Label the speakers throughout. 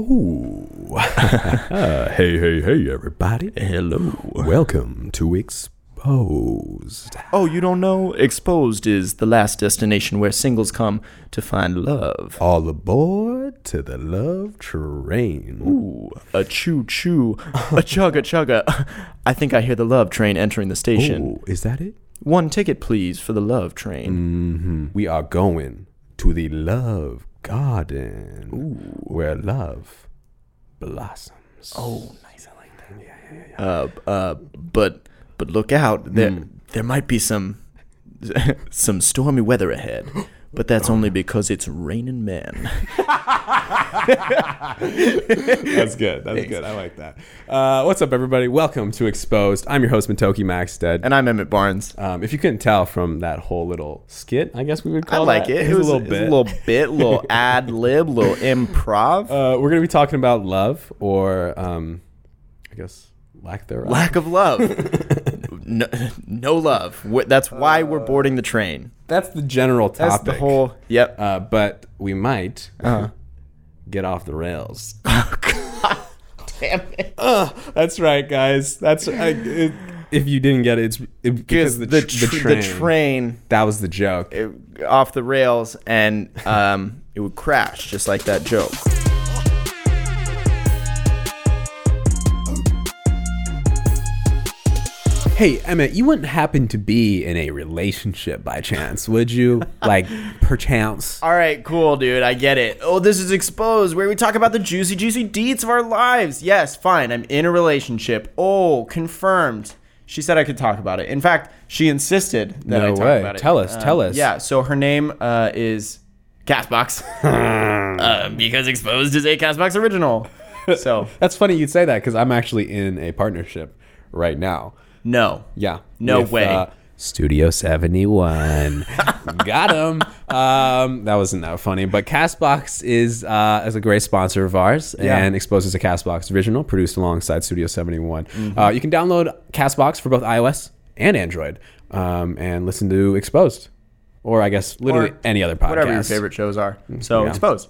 Speaker 1: Ooh. hey, hey, hey, everybody.
Speaker 2: Hello.
Speaker 1: Welcome to Exposed.
Speaker 2: Oh, you don't know? Exposed is the last destination where singles come to find love.
Speaker 1: All aboard to the love train.
Speaker 2: Ooh, a choo choo, a chugga chugga. I think I hear the love train entering the station.
Speaker 1: Ooh, is that it?
Speaker 2: One ticket, please, for the love train.
Speaker 1: hmm We are going to the love garden where love blossoms.
Speaker 2: Oh, nice. I like that. Uh, uh, but, but look out. There,
Speaker 1: Mm.
Speaker 2: there might be some, some stormy weather ahead. But that's
Speaker 1: Oh.
Speaker 2: only because it's raining men.
Speaker 1: That's good. That's good. I like that. Uh, what's up, everybody? Welcome to Exposed. I'm your host, Matoki Maxted.
Speaker 2: And I'm Emmett Barnes.
Speaker 1: Um, if you couldn't tell from that whole little skit, I guess we would
Speaker 2: I
Speaker 1: call
Speaker 2: like
Speaker 1: that,
Speaker 2: it.
Speaker 1: was a little
Speaker 2: it
Speaker 1: bit.
Speaker 2: was a little bit, little ad lib, little improv.
Speaker 1: uh, we're gonna be talking about love, or um, I guess lack thereof.
Speaker 2: lack of love. no, no love. Wh- That's why we're boarding the train.
Speaker 1: That's the general topic.
Speaker 2: Uh, That's the whole. Uh-huh. Yep.
Speaker 1: Uh, but we might get off the rails.
Speaker 2: Oh, Damn it.
Speaker 1: Uh, that's right, guys. That's I, it, if you didn't get it, it's it, because the,
Speaker 2: the,
Speaker 1: tr-
Speaker 2: tr-
Speaker 1: the train.
Speaker 2: train
Speaker 1: That was the joke.
Speaker 2: uh, off the rails and um, it would crash just like that joke.
Speaker 1: Hey, Emmett, you wouldn't happen to be in a relationship by chance, would you? like, perchance.
Speaker 2: All right, cool, dude. I get it. Oh, this is exposed, where we talk about the juicy, juicy deeds of our lives. Yes, fine. I'm in a relationship. Oh, confirmed. She said I could talk about it. In fact, she insisted that
Speaker 1: No
Speaker 2: I talk
Speaker 1: way.
Speaker 2: about it.
Speaker 1: Tell us,
Speaker 2: Um,
Speaker 1: tell us.
Speaker 2: Yeah. So her name uh, is Castbox, uh, because exposed is a Castbox original. So
Speaker 1: That's funny you'd say that because I'm actually in a partnership right now.
Speaker 2: no.
Speaker 1: Yeah. uh,
Speaker 2: No way.
Speaker 1: Studio 71. Got him. Um, that wasn't that funny. But Castbox is, uh, is a great sponsor of ours
Speaker 2: Yeah.
Speaker 1: and exposes a Castbox original produced alongside Studio 71.
Speaker 2: Mm-hmm.
Speaker 1: Uh, you can download Castbox for both iOS and Android um, and listen to Exposed. Or I guess literally
Speaker 2: Or
Speaker 1: any other podcast.
Speaker 2: Whatever your favorite shows are. So
Speaker 1: Mm, Yeah.
Speaker 2: exposed.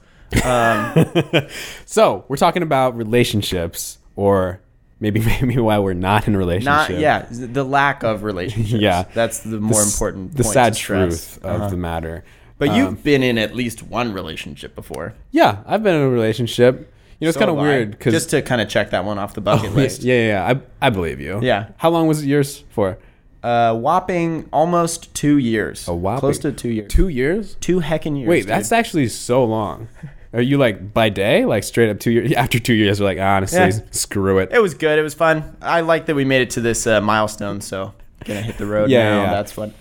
Speaker 1: So we're talking about relationships, or maybe maybe why we're not in a
Speaker 2: Not
Speaker 1: relationship.
Speaker 2: yeah. The lack of relationships.
Speaker 1: Yeah.
Speaker 2: That's the more
Speaker 1: s-
Speaker 2: important.
Speaker 1: The
Speaker 2: point
Speaker 1: sad
Speaker 2: to stress. Uh-huh.
Speaker 1: truth of the matter.
Speaker 2: But
Speaker 1: Um,
Speaker 2: you've been in at least one relationship before.
Speaker 1: yeah, I've been in a relationship. You know, it's
Speaker 2: So
Speaker 1: kind of
Speaker 2: have I.
Speaker 1: weird because
Speaker 2: just to kind of check that one off the bucket list.
Speaker 1: yeah, yeah, yeah, I I believe you.
Speaker 2: Yeah.
Speaker 1: How long was yours for?
Speaker 2: Uh, whopping almost two years. A
Speaker 1: whopping-
Speaker 2: close to two years. Two,
Speaker 1: Two years.
Speaker 2: heckin' years.
Speaker 1: Wait,
Speaker 2: dude.
Speaker 1: that's actually so long. Are you like by day, like straight up two years? After two years, we're like, honestly,
Speaker 2: Yeah.
Speaker 1: screw it.
Speaker 2: It was good. It was fun. I like that we made it to this uh, milestone. So gonna hit the road
Speaker 1: Yeah,
Speaker 2: now.
Speaker 1: yeah.
Speaker 2: That's what.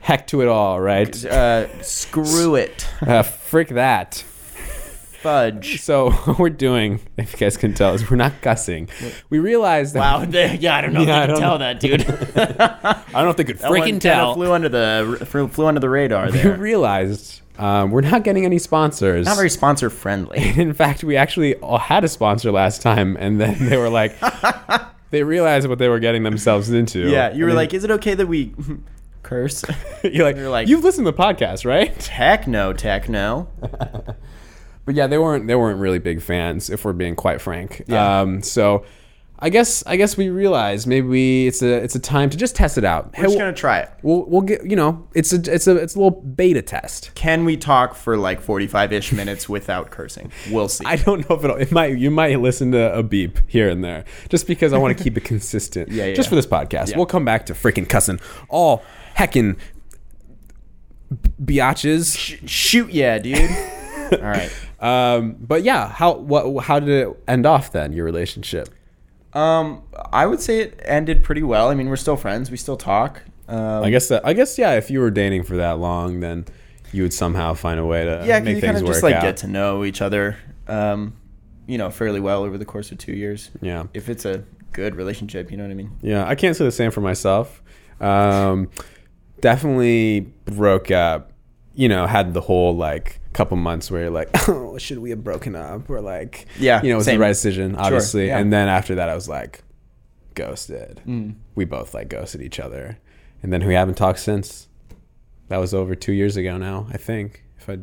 Speaker 1: Heck to it all, right?
Speaker 2: Uh, screw it,
Speaker 1: Uh, frick that.
Speaker 2: fudge.
Speaker 1: So what we're doing, if you guys can tell, is we're not cussing. We realized that
Speaker 2: Wow. they- Yeah, I don't know. if
Speaker 1: Yeah,
Speaker 2: they
Speaker 1: I
Speaker 2: can
Speaker 1: don't
Speaker 2: tell that, dude. That
Speaker 1: I don't know if they could
Speaker 2: one
Speaker 1: freaking
Speaker 2: kinda
Speaker 1: tell.
Speaker 2: Flew under the flew flew under the radar
Speaker 1: We
Speaker 2: there.
Speaker 1: realized um, we're not getting any sponsors.
Speaker 2: Not very sponsor friendly.
Speaker 1: In fact, we actually all had a sponsor last time, and then they were like, they realized what they were getting themselves into.
Speaker 2: Yeah, you were
Speaker 1: And
Speaker 2: like, is it okay that we curse?
Speaker 1: they- you're like,
Speaker 2: you're like-
Speaker 1: you've listened to the podcast, right?
Speaker 2: Techno, techno.
Speaker 1: But yeah, they weren't they weren't really big fans, if we're being quite frank.
Speaker 2: Yeah.
Speaker 1: Um, so. I guess I guess we realized maybe we, it's a it's a time to just test it out.
Speaker 2: We're just gonna try it.
Speaker 1: we'll we'll get you know it's a it's a it's a little beta test.
Speaker 2: Can we talk for like 45 ish minutes without cursing? We'll see.
Speaker 1: I don't know if it'll, it might. You might listen to a beep here and there, just because I want to keep it consistent.
Speaker 2: Yeah, yeah,
Speaker 1: Just
Speaker 2: yeah.
Speaker 1: for this podcast, we'll come back to freaking cussing all heckin' biatches.
Speaker 2: Sh- shoot, yeah, dude. All right.
Speaker 1: Um, but yeah, how what how did it end off then? Your relationship?
Speaker 2: Um, I would say it ended pretty well. I mean, we're still friends. We still talk. Um,
Speaker 1: I guess that I guess yeah. If you were dating for that long, then you would somehow find a way to
Speaker 2: yeah, 'cause
Speaker 1: make
Speaker 2: you kind
Speaker 1: things
Speaker 2: of
Speaker 1: work
Speaker 2: just like
Speaker 1: out.
Speaker 2: get to know each other, um, you know, fairly well over the course of two years.
Speaker 1: yeah.
Speaker 2: If it's a good relationship, you know what I mean.
Speaker 1: Yeah, I can't say the same for myself. Um, definitely broke up. You know, had the whole like couple months where you're like, oh, should we have broken up? Or like,
Speaker 2: Yeah,
Speaker 1: you know, it was
Speaker 2: same.
Speaker 1: the right decision, obviously.
Speaker 2: yeah. Mm.
Speaker 1: And then after that, I was like, ghosted. We both like ghosted each other, and then we haven't talked since. That was over two years ago now, I think. If I,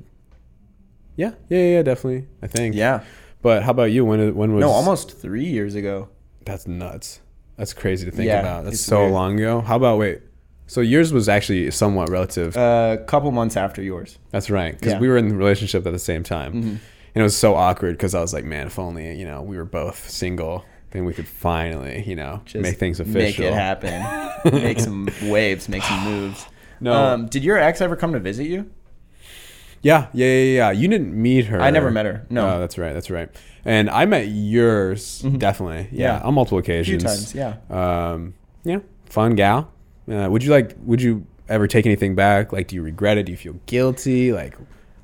Speaker 1: yeah, yeah, yeah, definitely, I think.
Speaker 2: Yeah.
Speaker 1: But how about you? When when was
Speaker 2: No, almost three years ago.
Speaker 1: That's nuts. That's crazy to think
Speaker 2: Yeah,
Speaker 1: about. That's
Speaker 2: it's
Speaker 1: so
Speaker 2: weird.
Speaker 1: long ago. How about wait? So yours was actually somewhat relative.
Speaker 2: A couple months after yours.
Speaker 1: That's right. Because
Speaker 2: Uh, yeah. Mm-hmm.
Speaker 1: we were in a relationship at the same time, and it was so awkward. Because I was like, man, if only you know we were both single, then we could finally you know
Speaker 2: Just
Speaker 1: make things official.
Speaker 2: Make it happen. make some waves. Make some moves.
Speaker 1: No.
Speaker 2: Um, did your ex ever come to visit you?
Speaker 1: Yeah, yeah, yeah, yeah. You didn't meet her.
Speaker 2: I never met her. No. Mm-hmm.
Speaker 1: Oh, that's right. That's right. And I met yours definitely. Yeah,
Speaker 2: Yeah.
Speaker 1: on multiple occasions.
Speaker 2: times, yeah.
Speaker 1: Um, yeah, fun gal. Uh, would you like? Would you ever take anything back? Like, do you regret it? Do you feel guilty? Like,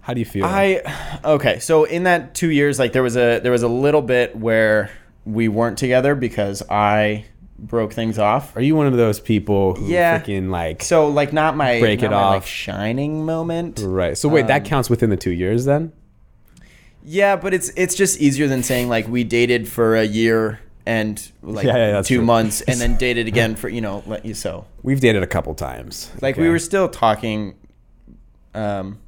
Speaker 1: how do you feel?
Speaker 2: I okay. So in that two years, like there was a there was a little bit where we weren't together because I broke things off.
Speaker 1: Are you one of those people who
Speaker 2: Yeah.
Speaker 1: freaking like?
Speaker 2: So like not my
Speaker 1: Break
Speaker 2: not
Speaker 1: it
Speaker 2: my, like,
Speaker 1: off.
Speaker 2: shining moment.
Speaker 1: right. So wait,
Speaker 2: Um,
Speaker 1: that counts within the two years then?
Speaker 2: Yeah, but it's it's just easier than saying like we dated for a year and like
Speaker 1: Yeah, yeah, that's
Speaker 2: two
Speaker 1: true.
Speaker 2: months and then dated again for you know let you so
Speaker 1: We've dated a couple times.
Speaker 2: like we
Speaker 1: Okay.
Speaker 2: were still talking, um,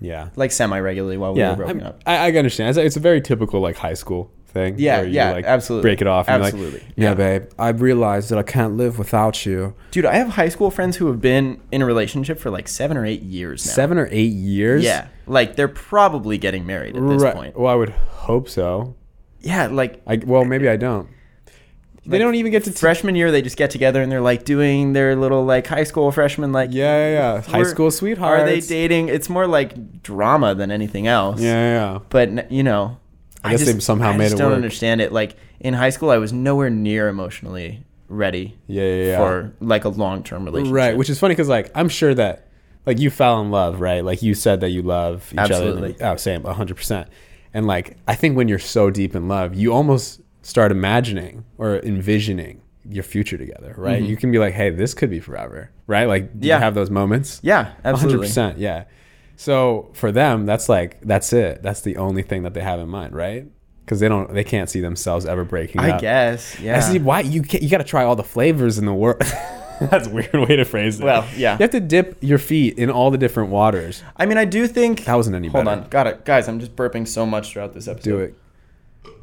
Speaker 1: Yeah.
Speaker 2: like semi regularly while we
Speaker 1: yeah,
Speaker 2: were broken
Speaker 1: I'm-
Speaker 2: up.
Speaker 1: I, I understand. It's, it's a very typical like high school thing.
Speaker 2: Yeah, yeah, absolutely.
Speaker 1: Break it off. And You're
Speaker 2: Absolutely,
Speaker 1: like, yeah, babe. I realized that I can't live without you.
Speaker 2: Dude, I have high school friends who have been in a relationship for like seven or eight years now.
Speaker 1: Seven or eight years.
Speaker 2: Yeah, like they're probably getting married at this
Speaker 1: right.
Speaker 2: point.
Speaker 1: Well, I would hope so.
Speaker 2: Yeah, like
Speaker 1: I well, maybe I don't. they
Speaker 2: Like,
Speaker 1: don't even get to. T-
Speaker 2: freshman year they just get together and they're like doing their little like high school freshman like
Speaker 1: yeah, yeah, yeah. High
Speaker 2: we're-
Speaker 1: school sweethearts.
Speaker 2: Are they dating? It's more like drama than anything else.
Speaker 1: Yeah, yeah, yeah.
Speaker 2: But n- you know,
Speaker 1: I guess they somehow
Speaker 2: I
Speaker 1: made
Speaker 2: just
Speaker 1: it
Speaker 2: don't
Speaker 1: work.
Speaker 2: understand it. Like in high school, I was nowhere near emotionally ready
Speaker 1: Yeah, yeah, yeah.
Speaker 2: for like a long term relationship.
Speaker 1: Right, which is funny because like I'm sure that like you fell in love, right? Like you said that you love each
Speaker 2: Absolutely.
Speaker 1: other. Oh, same, hundred percent. And like I think when you're so deep in love, you almost start imagining or envisioning your future together, right? You can be like, hey, this could be forever, right? Like
Speaker 2: Mm-hmm. Yeah.
Speaker 1: you have those moments.
Speaker 2: Yeah,
Speaker 1: hundred
Speaker 2: absolutely.
Speaker 1: percent. Yeah. So for them, that's like that's it. That's the only thing that they have in mind, right? Because they don't, they can't see themselves ever breaking
Speaker 2: I
Speaker 1: up.
Speaker 2: guess. Yeah.
Speaker 1: I see why you ca you got to try all the flavors in the world. That's a weird way to phrase it.
Speaker 2: Well, yeah.
Speaker 1: You have to dip your feet in all the different waters.
Speaker 2: I mean, I do think.
Speaker 1: That wasn't any
Speaker 2: Hold
Speaker 1: better.
Speaker 2: on, got it, guys. I'm just burping so much throughout this episode.
Speaker 1: Do it.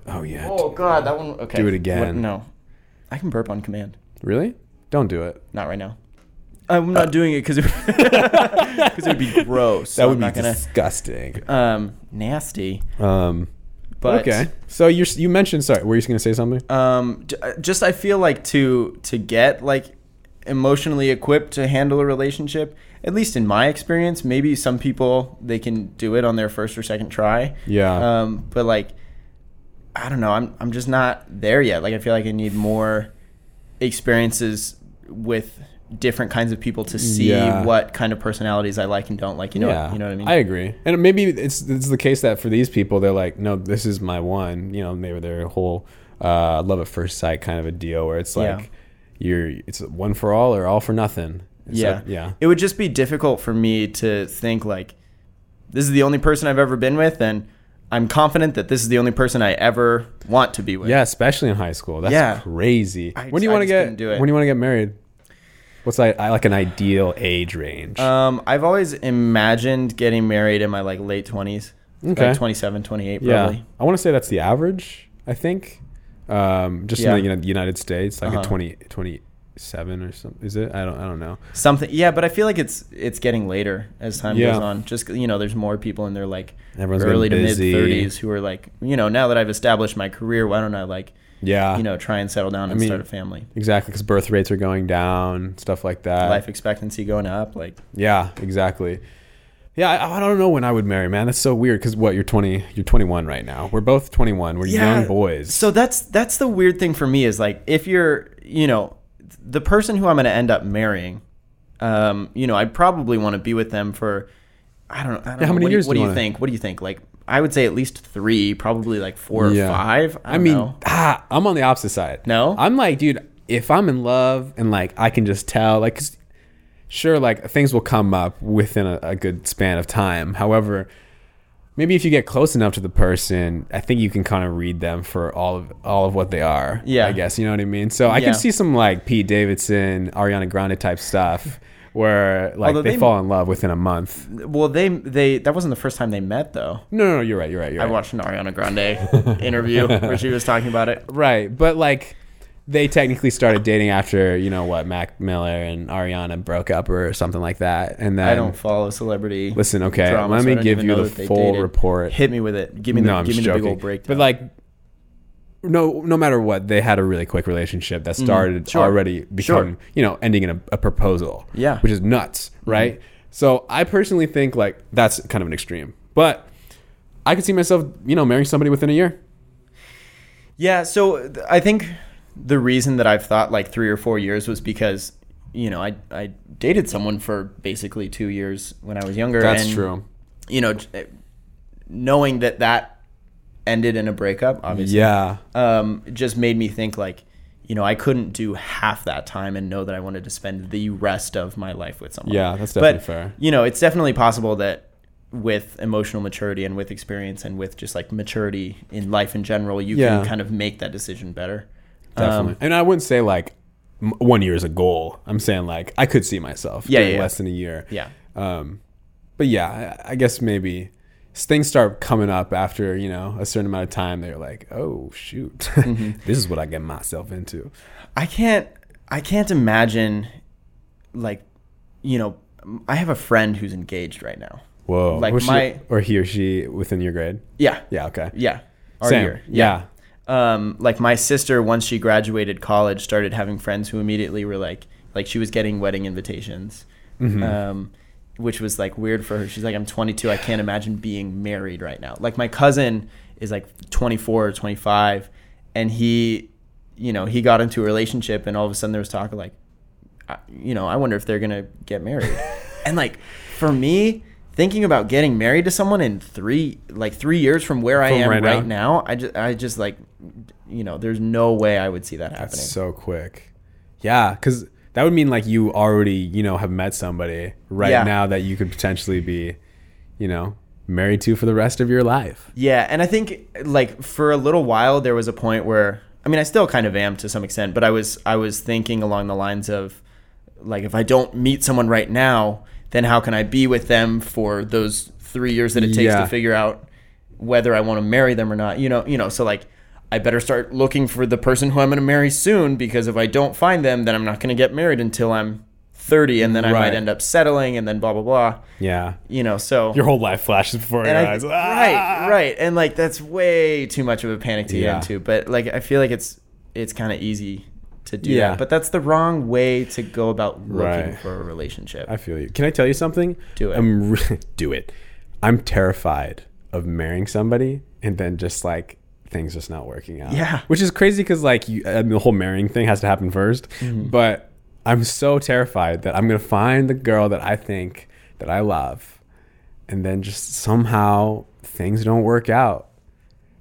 Speaker 1: Oh yeah.
Speaker 2: Oh God, that one. Okay.
Speaker 1: Do it again.
Speaker 2: What- no, I can burp on command.
Speaker 1: Really? Don't do it.
Speaker 2: Not right now. I'm not doing it because it, 'cause it would be gross. so
Speaker 1: That would
Speaker 2: I'm
Speaker 1: be
Speaker 2: not gonna
Speaker 1: disgusting.
Speaker 2: um nasty.
Speaker 1: Um.
Speaker 2: But
Speaker 1: okay. So you are you mentioned sorry. Were you just gonna say something?
Speaker 2: um, j- uh, just I feel like to to get like emotionally equipped to handle a relationship. At least in my experience, maybe some people they can do it on their first or second try.
Speaker 1: Yeah.
Speaker 2: Um, but like, I don't know. I'm I'm just not there yet. Like I feel like I need more experiences with different kinds of people to see
Speaker 1: Yeah.
Speaker 2: what kind of personalities I like and don't like. You know.
Speaker 1: yeah.
Speaker 2: What, you know what I mean.
Speaker 1: I agree. And maybe it's it's the case that for these people they're like, no, this is my one. You know, maybe their whole uh, love at first sight kind of a deal where it's
Speaker 2: Yeah.
Speaker 1: like you're it's one for all or all for nothing. It's
Speaker 2: yeah.
Speaker 1: like- yeah.
Speaker 2: It would just be difficult for me to think like this is the only person I've ever been with and I'm confident that this is the only person I ever want to be with.
Speaker 1: Yeah, especially in high school. That's
Speaker 2: Yeah.
Speaker 1: crazy. when
Speaker 2: I
Speaker 1: do
Speaker 2: just-
Speaker 1: you
Speaker 2: I
Speaker 1: want to
Speaker 2: just
Speaker 1: get
Speaker 2: couldn't do it.
Speaker 1: when do you want to get married? What's like I like an ideal age range?
Speaker 2: Um I've always imagined getting married in my like late 20s.
Speaker 1: Okay.
Speaker 2: Like 27, 28
Speaker 1: yeah,
Speaker 2: probably.
Speaker 1: I want to say that's the average. I think, um, just
Speaker 2: Yeah.
Speaker 1: in the Uni- United States, like
Speaker 2: Uh-huh.
Speaker 1: a 20, 27 or something. Is it? I don't. I don't know.
Speaker 2: Something Yeah, but I feel like it's it's getting later as time
Speaker 1: Yeah.
Speaker 2: goes on. Just you know, there's more people in their like
Speaker 1: Everyone's getting
Speaker 2: early to mid
Speaker 1: busy.
Speaker 2: 30s who are like, you know, now that I've established my career, why don't I like,
Speaker 1: Yeah,
Speaker 2: you know, try and settle down and
Speaker 1: mean,
Speaker 2: start a family?
Speaker 1: exactly because birth rates are going down, stuff like that.
Speaker 2: Life expectancy going up like
Speaker 1: Yeah, exactly. Yeah, I, I don't know when I would marry, man. That's so weird. Because what you're twenty, you're twenty one right now. We're both twenty one. We're young boys.
Speaker 2: So that's that's the weird thing for me is like if you're you know the person who I'm going to end up marrying, um, you know I probably want to be with them for I don't, I don't know
Speaker 1: how many
Speaker 2: what
Speaker 1: years
Speaker 2: Do, what
Speaker 1: do
Speaker 2: do
Speaker 1: you
Speaker 2: you
Speaker 1: wanna-
Speaker 2: think? What do you think? Like I would say at least three, probably like four
Speaker 1: Yeah.
Speaker 2: or five. I,
Speaker 1: I
Speaker 2: don't
Speaker 1: mean,
Speaker 2: know.
Speaker 1: ah, I'm on the opposite side.
Speaker 2: No?
Speaker 1: I'm like, dude, if I'm in love and like I can just tell, like, 'cause sure, like things will come up within a, a good span of time. However, maybe if you get close enough to the person, I think you can kind of read them for all of all of what they are.
Speaker 2: Yeah.
Speaker 1: I guess you know what I mean. So I
Speaker 2: Yeah.
Speaker 1: can see some like Pete Davidson, Ariana Grande type stuff. where like
Speaker 2: Although
Speaker 1: they,
Speaker 2: they-
Speaker 1: fall in love within a month.
Speaker 2: Well, they they that wasn't the first time they met though.
Speaker 1: No, no, no you're right. You're right. You're
Speaker 2: I
Speaker 1: right.
Speaker 2: watched an Ariana Grande interview where she was talking about it.
Speaker 1: Right, but like they technically started dating after you know what Mac Miller and Ariana broke up or something like that, and then
Speaker 2: I don't follow celebrity.
Speaker 1: listen. Okay,
Speaker 2: drama,
Speaker 1: let
Speaker 2: so I
Speaker 1: me
Speaker 2: don't
Speaker 1: give
Speaker 2: even
Speaker 1: you
Speaker 2: know
Speaker 1: the
Speaker 2: that they
Speaker 1: full
Speaker 2: dated.
Speaker 1: report.
Speaker 2: Hit me with it. Give me the
Speaker 1: no, I'm
Speaker 2: give me
Speaker 1: just
Speaker 2: the
Speaker 1: joking.
Speaker 2: big old breakdown.
Speaker 1: But like, no, no matter what, they had a really quick relationship that started
Speaker 2: Mm-hmm. Sure.
Speaker 1: already become you know ending in a, a proposal.
Speaker 2: Yeah. Mm-hmm.
Speaker 1: which is nuts, right? So I personally think like that's kind of an extreme, but I could see myself you know marrying somebody within a year.
Speaker 2: Yeah, so th- I think the reason that I've thought like three or four years was because you know I I dated someone for basically two years when I was younger.
Speaker 1: That's
Speaker 2: and,
Speaker 1: true.
Speaker 2: You know, j- knowing that that ended in a breakup, obviously,
Speaker 1: Yeah.
Speaker 2: um, just made me think like. You know, I couldn't do half that time and know that I wanted to spend the rest of my life with someone.
Speaker 1: Yeah, that's
Speaker 2: But,
Speaker 1: definitely fair.
Speaker 2: You know, it's definitely possible that with emotional maturity and with experience and with just like maturity in life in general, you
Speaker 1: Yeah.
Speaker 2: can kind of make that decision better.
Speaker 1: Definitely. Um, and I wouldn't say like m- one year is a goal. I'm saying like I could see myself
Speaker 2: Yeah,
Speaker 1: doing
Speaker 2: yeah, yeah.
Speaker 1: less than a year.
Speaker 2: Yeah.
Speaker 1: Um, but yeah, I, I guess maybe s- things start coming up after you know a certain amount of time. They're like, oh shoot,
Speaker 2: Mm-hmm.
Speaker 1: this is what I get myself into.
Speaker 2: I can't I can't imagine like you know, I have a friend who's engaged right now.
Speaker 1: Whoa.
Speaker 2: Like
Speaker 1: Was she-
Speaker 2: my-
Speaker 1: or he or she within your grade.
Speaker 2: Yeah.
Speaker 1: Yeah. Okay.
Speaker 2: Yeah. Our
Speaker 1: Same.
Speaker 2: year.
Speaker 1: Yeah.
Speaker 2: um, like my sister once she graduated college started having friends who immediately were like like she was getting wedding invitations
Speaker 1: Mm-hmm.
Speaker 2: um, which was like weird for her she's like i'm 22 i can't imagine being married right now like my cousin is like 24 or 25 and he you know he got into a relationship and all of a sudden there was talk of like I- you know i wonder if they're gonna get married and like for me thinking about getting married to someone in three like three years from where i
Speaker 1: From
Speaker 2: am
Speaker 1: right
Speaker 2: right,
Speaker 1: now?
Speaker 2: now now i just i just like you know there's no way i would see that happening
Speaker 1: So quick. Yeah, because that would mean like you already you know have met somebody right
Speaker 2: Yeah.
Speaker 1: now that you could potentially be, you know, married to for the rest of your life.
Speaker 2: yeah and i think like for a little while there was a point where i mean i still kind of am to some extent but i was i was thinking along the lines of like if i don't meet someone right now then how can i be with them for those three years that it takes
Speaker 1: Yeah.
Speaker 2: to figure out whether i want to marry them or not you know you know so like I better start looking for the person who I'm going to marry soon because if I don't find them, then I'm not going to get married until I'm 30, and then I
Speaker 1: Right.
Speaker 2: might end up settling, and then blah blah blah.
Speaker 1: Yeah.
Speaker 2: you know so
Speaker 1: Your whole life flashes before your
Speaker 2: and I-
Speaker 1: eyes.
Speaker 2: right right and like that's way too much of a panic to
Speaker 1: Ah. Yeah.
Speaker 2: get into but like i feel like it's it's kind of easy to do
Speaker 1: Yeah.
Speaker 2: that but that's the wrong way to go about looking
Speaker 1: Right.
Speaker 2: for a relationship
Speaker 1: I feel you. Can I tell you something?
Speaker 2: Do it.
Speaker 1: I'm re- do it. I'm terrified of marrying somebody and then just like things just not working out.
Speaker 2: Yeah.
Speaker 1: Which is crazy because like you, uh, the whole marrying thing has to happen 1st
Speaker 2: Mm-hmm.
Speaker 1: But I'm so terrified that I'm gonna find the girl that I think that I love, and then just somehow things don't work out.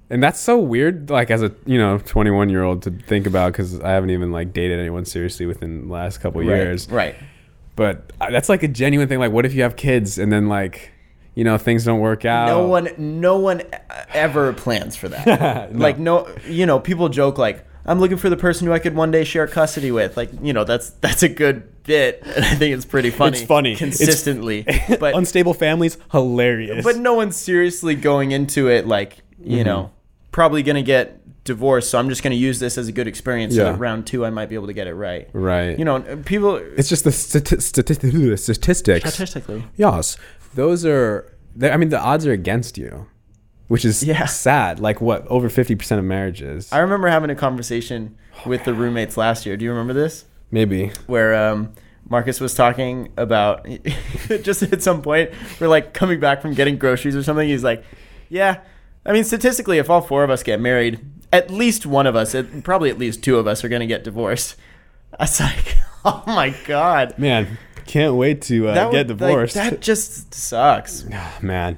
Speaker 1: And that's so weird, like as a you know 21 year old to think about because I haven't even like dated anyone seriously within the last couple years.
Speaker 2: right
Speaker 1: But uh, that's like a genuine thing. Like, what if you have kids and then like, you know, things don't work out?
Speaker 2: no one no one e- ever plans for that like no you know people joke like i'm looking for the person who i could one day share custody with like you know that's that's a good bit and i think it's pretty funny
Speaker 1: funny. It's-
Speaker 2: consistently but
Speaker 1: unstable families, hilarious.
Speaker 2: but no one's seriously going into it like you know probably gonna get divorced so i'm just gonna use this as a good experience so
Speaker 1: Yeah.
Speaker 2: that round two i might be able to get it right
Speaker 1: right.
Speaker 2: you know and people
Speaker 1: it's just the stati- stati- statistics.
Speaker 2: statistically
Speaker 1: Yes, those are. they're- I mean, the odds are against you, which is
Speaker 2: Yeah.
Speaker 1: sad. Like, what over fifty percent of marriages?
Speaker 2: i remember having a conversation with the roommates last year do you remember this
Speaker 1: Maybe.
Speaker 2: where um Marcus was talking about just at some point we're like coming back from getting groceries or something. He's like, "Yeah, I mean statistically, if all four of us get married, at least one of us, at, probably at least two of us, are gonna get divorced." I was like, "Oh my god,
Speaker 1: Man, can't wait to uh, get
Speaker 2: would- like,
Speaker 1: divorced.
Speaker 2: that just sucks."
Speaker 1: Ah, man,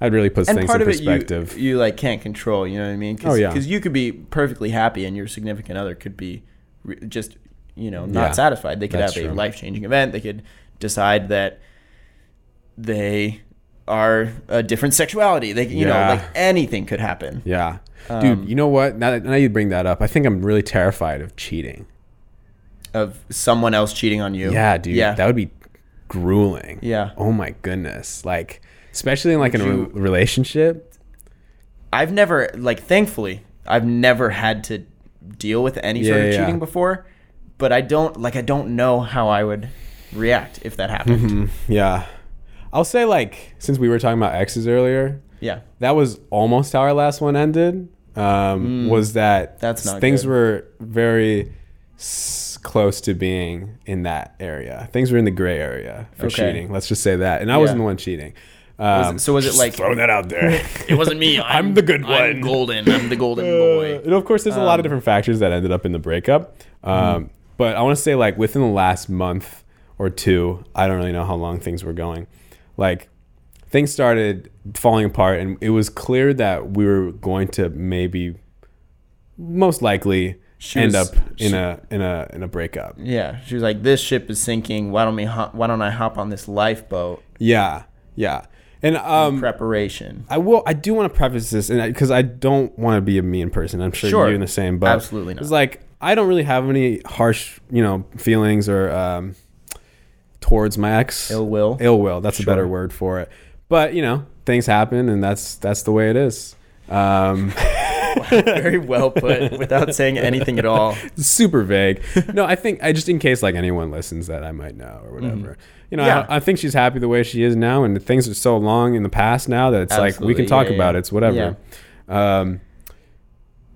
Speaker 1: that really puts
Speaker 2: And
Speaker 1: things
Speaker 2: part
Speaker 1: in
Speaker 2: of it
Speaker 1: perspective.
Speaker 2: you, you like can't control. You know what I mean? Cause,
Speaker 1: Oh, yeah.
Speaker 2: 'cause you could be perfectly happy, and your significant other could be re- just you know not
Speaker 1: Yeah,
Speaker 2: satisfied. They could
Speaker 1: that's
Speaker 2: have
Speaker 1: true.
Speaker 2: a life changing event. They could decide that they are a different sexuality. They
Speaker 1: Yeah.
Speaker 2: you know like anything could happen.
Speaker 1: Yeah.
Speaker 2: Um,
Speaker 1: Dude, you know what? Now that now you bring that up, I think I'm really terrified of cheating.
Speaker 2: Of someone else cheating on you.
Speaker 1: Yeah, dude.
Speaker 2: Yeah.
Speaker 1: That would be grueling.
Speaker 2: Yeah.
Speaker 1: Oh my goodness. Like especially in like in a
Speaker 2: you-
Speaker 1: re- relationship.
Speaker 2: I've never like thankfully I've never had to deal with any sort
Speaker 1: Yeah,
Speaker 2: of
Speaker 1: yeah.
Speaker 2: cheating before, but I don't like I don't know how I would react if that happened.
Speaker 1: Mm-hmm. Yeah. I'll say like since we were talking about exes earlier,
Speaker 2: Yeah.
Speaker 1: that was almost how our last one ended. Um, Was that
Speaker 2: Mm. That's not
Speaker 1: things
Speaker 2: good.
Speaker 1: were very s- close to being in that area. Things were in the gray area for
Speaker 2: Okay.
Speaker 1: cheating. Let's just say that. And I wasn't the one cheating. Um,
Speaker 2: so was it
Speaker 1: just
Speaker 2: like-
Speaker 1: throwing that out there?
Speaker 2: It wasn't me. I'm,
Speaker 1: the good one.
Speaker 2: I'm golden. I'm the golden
Speaker 1: Uh,
Speaker 2: boy.
Speaker 1: and of course, there's a
Speaker 2: Um,
Speaker 1: lot of different factors that ended up in the breakup.
Speaker 2: Mm-hmm.
Speaker 1: Um, But I want to say, like, within the last month or two, I don't really know how long things were going. Like, things started falling apart, and it was clear that we were going to maybe, most likely,
Speaker 2: She
Speaker 1: end
Speaker 2: was-
Speaker 1: up in a in a in a breakup.
Speaker 2: Yeah, she was like, "This ship is sinking. Why don't we? Hop, why don't I hop on this lifeboat?"
Speaker 1: Yeah, yeah. And
Speaker 2: Mm.
Speaker 1: um,
Speaker 2: Preparation.
Speaker 1: I will. I do want to preface this, and because I, don't want to be a mean person. I'm sure,
Speaker 2: Sure.
Speaker 1: you're in the same. But
Speaker 2: Absolutely not.
Speaker 1: It's like I don't really have any harsh, you know, feelings or um, towards my ex.
Speaker 2: Ill will.
Speaker 1: Ill will. That's a better word for it. But you know, things happen, and that's that's the way it is. Um,
Speaker 2: Very well put. Without saying anything at all.
Speaker 1: super vague. No, I think I just in case like anyone listens that I might know or whatever. You know,
Speaker 2: Mm-hmm. Yeah.
Speaker 1: I, I think she's happy the way she is now, and things are so long in the past now that it's like we
Speaker 2: Absolutely,
Speaker 1: can talk
Speaker 2: yeah,
Speaker 1: about
Speaker 2: yeah.
Speaker 1: it. It's whatever. Um, it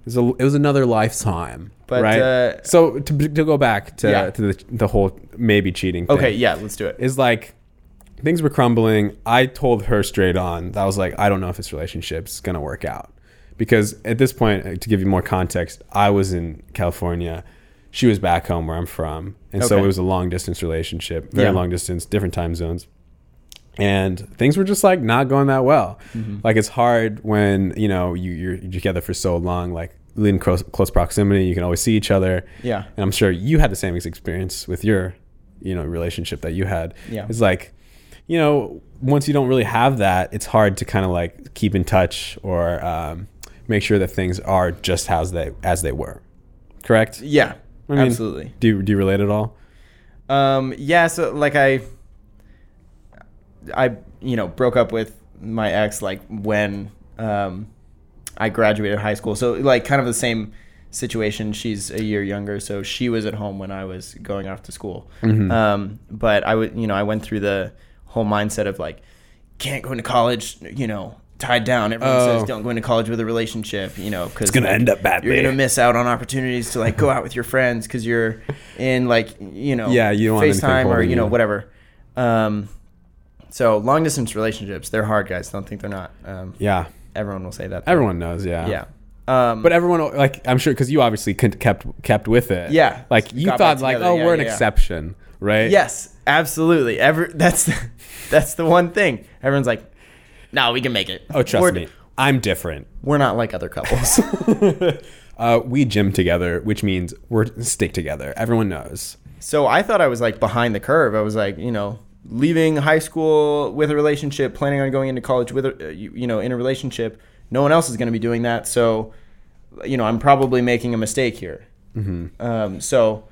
Speaker 1: was, a, it was another lifetime,
Speaker 2: But,
Speaker 1: right?
Speaker 2: uh,
Speaker 1: so to, to go back to,
Speaker 2: Yeah.
Speaker 1: to the, the whole maybe cheating. Thing,
Speaker 2: Okay. Yeah. Let's do it.
Speaker 1: is like things were crumbling. I told her straight on that I was like, I don't know if this relationship's gonna work out because at this point, uh, to give you more context, I was in California, she was back home where I'm from, and so
Speaker 2: Okay.
Speaker 1: it was a long distance relationship, very
Speaker 2: Yeah.
Speaker 1: long distance, different time zones. And things were just like not going that well.
Speaker 2: Mm-hmm.
Speaker 1: Like it's hard when you know you, you're together for so long, like in close, close proximity, you can always see each other
Speaker 2: Yeah.
Speaker 1: and I'm sure you had the same ex- experience with your, you know, relationship that you had.
Speaker 2: Yeah.
Speaker 1: It's like, you know, once you don't really have that, it's hard to kind of like keep in touch or um, make sure that things are just as they as they were. Correct.
Speaker 2: Yeah.
Speaker 1: I mean,
Speaker 2: absolutely.
Speaker 1: Do you- do you relate at all?
Speaker 2: Um, yeah, so like I, I you know broke up with my ex like when um, I graduated high school. So like kind of the same situation. She's a year younger, so she was at home when I was going off to school.
Speaker 1: Mm-hmm.
Speaker 2: Um, but I would you know I went through the whole mindset of like can't go into college. You know. Tied down. Everyone
Speaker 1: Oh.
Speaker 2: says don't go into college with a relationship, you know, because it's
Speaker 1: gonna end up badly.
Speaker 2: You're gonna miss out on opportunities to like go out with your friends because you're in like you know
Speaker 1: Yeah, you don't want anything
Speaker 2: FaceTime or
Speaker 1: holding
Speaker 2: you know
Speaker 1: you.
Speaker 2: whatever. Um, so long distance relationships, they're hard, guys. Don't think they're not. Um,
Speaker 1: Yeah.
Speaker 2: everyone will say that.
Speaker 1: Everyone knows. Yeah.
Speaker 2: yeah. Um,
Speaker 1: But everyone, like, I'm sure, because you obviously con- kept kept with it.
Speaker 2: Yeah.
Speaker 1: Like you
Speaker 2: Got back
Speaker 1: thought, like,
Speaker 2: together.
Speaker 1: oh,
Speaker 2: Yeah,
Speaker 1: we're an
Speaker 2: yeah, yeah.
Speaker 1: exception, right?
Speaker 2: yes, absolutely. Every that's the, that's the one thing. Everyone's like, no, we can make it.
Speaker 1: Oh, trust
Speaker 2: we're,
Speaker 1: me, I'm different.
Speaker 2: We're not like other couples.
Speaker 1: Uh, we gym together, which means we're stick together. Everyone knows.
Speaker 2: So I thought I was like behind the curve. I was like, you know, leaving high school with a relationship, planning on going into college with, a, uh, you, you know, in a relationship. No one else is going to be doing that. So, you know, I'm probably making a mistake here.
Speaker 1: Mm-hmm.
Speaker 2: Um, so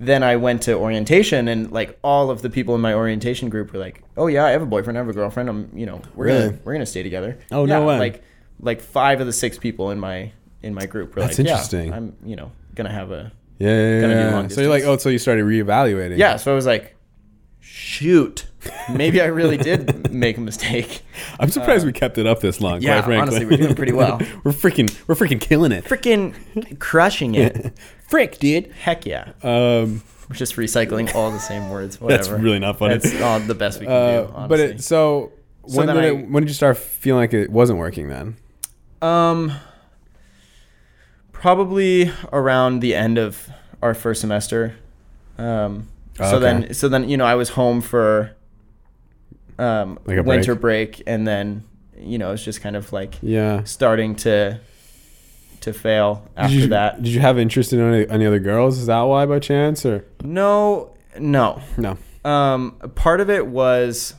Speaker 2: then I went to orientation and like all of the people in my orientation group were like, oh yeah, I have a boyfriend, I have a girlfriend. I'm, you know, we're
Speaker 1: Really?
Speaker 2: gonna, we're going to stay together.
Speaker 1: Oh, no
Speaker 2: Yeah,
Speaker 1: way.
Speaker 2: Like, like five of the six people in my, in my group were
Speaker 1: That's
Speaker 2: like,
Speaker 1: interesting.
Speaker 2: yeah, I'm, you know, going to have a
Speaker 1: Yeah, yeah,
Speaker 2: Gotta do
Speaker 1: yeah.
Speaker 2: long
Speaker 1: So you're like, oh,
Speaker 2: distance.
Speaker 1: so you started reevaluating.
Speaker 2: yeah so i was like shoot maybe i really did make a mistake
Speaker 1: I'm surprised we kept it up this long.
Speaker 2: Uh, yeah,
Speaker 1: quite frankly.
Speaker 2: honestly, we're doing pretty well.
Speaker 1: we're freaking, we're freaking killing it.
Speaker 2: freaking crushing it
Speaker 1: Frick, dude.
Speaker 2: heck yeah
Speaker 1: Um,
Speaker 2: we're just recycling all the same words whatever
Speaker 1: That's really not funny.
Speaker 2: that's all the best we can
Speaker 1: uh,
Speaker 2: do honestly.
Speaker 1: but it, so, when
Speaker 2: then
Speaker 1: did
Speaker 2: I-
Speaker 1: it, when did you start feeling like it wasn't working then?
Speaker 2: Um, probably around the end of our first semester. Um,
Speaker 1: Oh,
Speaker 2: so
Speaker 1: okay.
Speaker 2: then, so then, you know, I was home for um
Speaker 1: Like a break?
Speaker 2: winter break, and then you know, it's just kind of like
Speaker 1: Yeah.
Speaker 2: starting to to fail after
Speaker 1: did you,
Speaker 2: that.
Speaker 1: did you have interest in any, any other girls? Is that why, by chance, or
Speaker 2: No, no.
Speaker 1: no?
Speaker 2: Um, part of it was,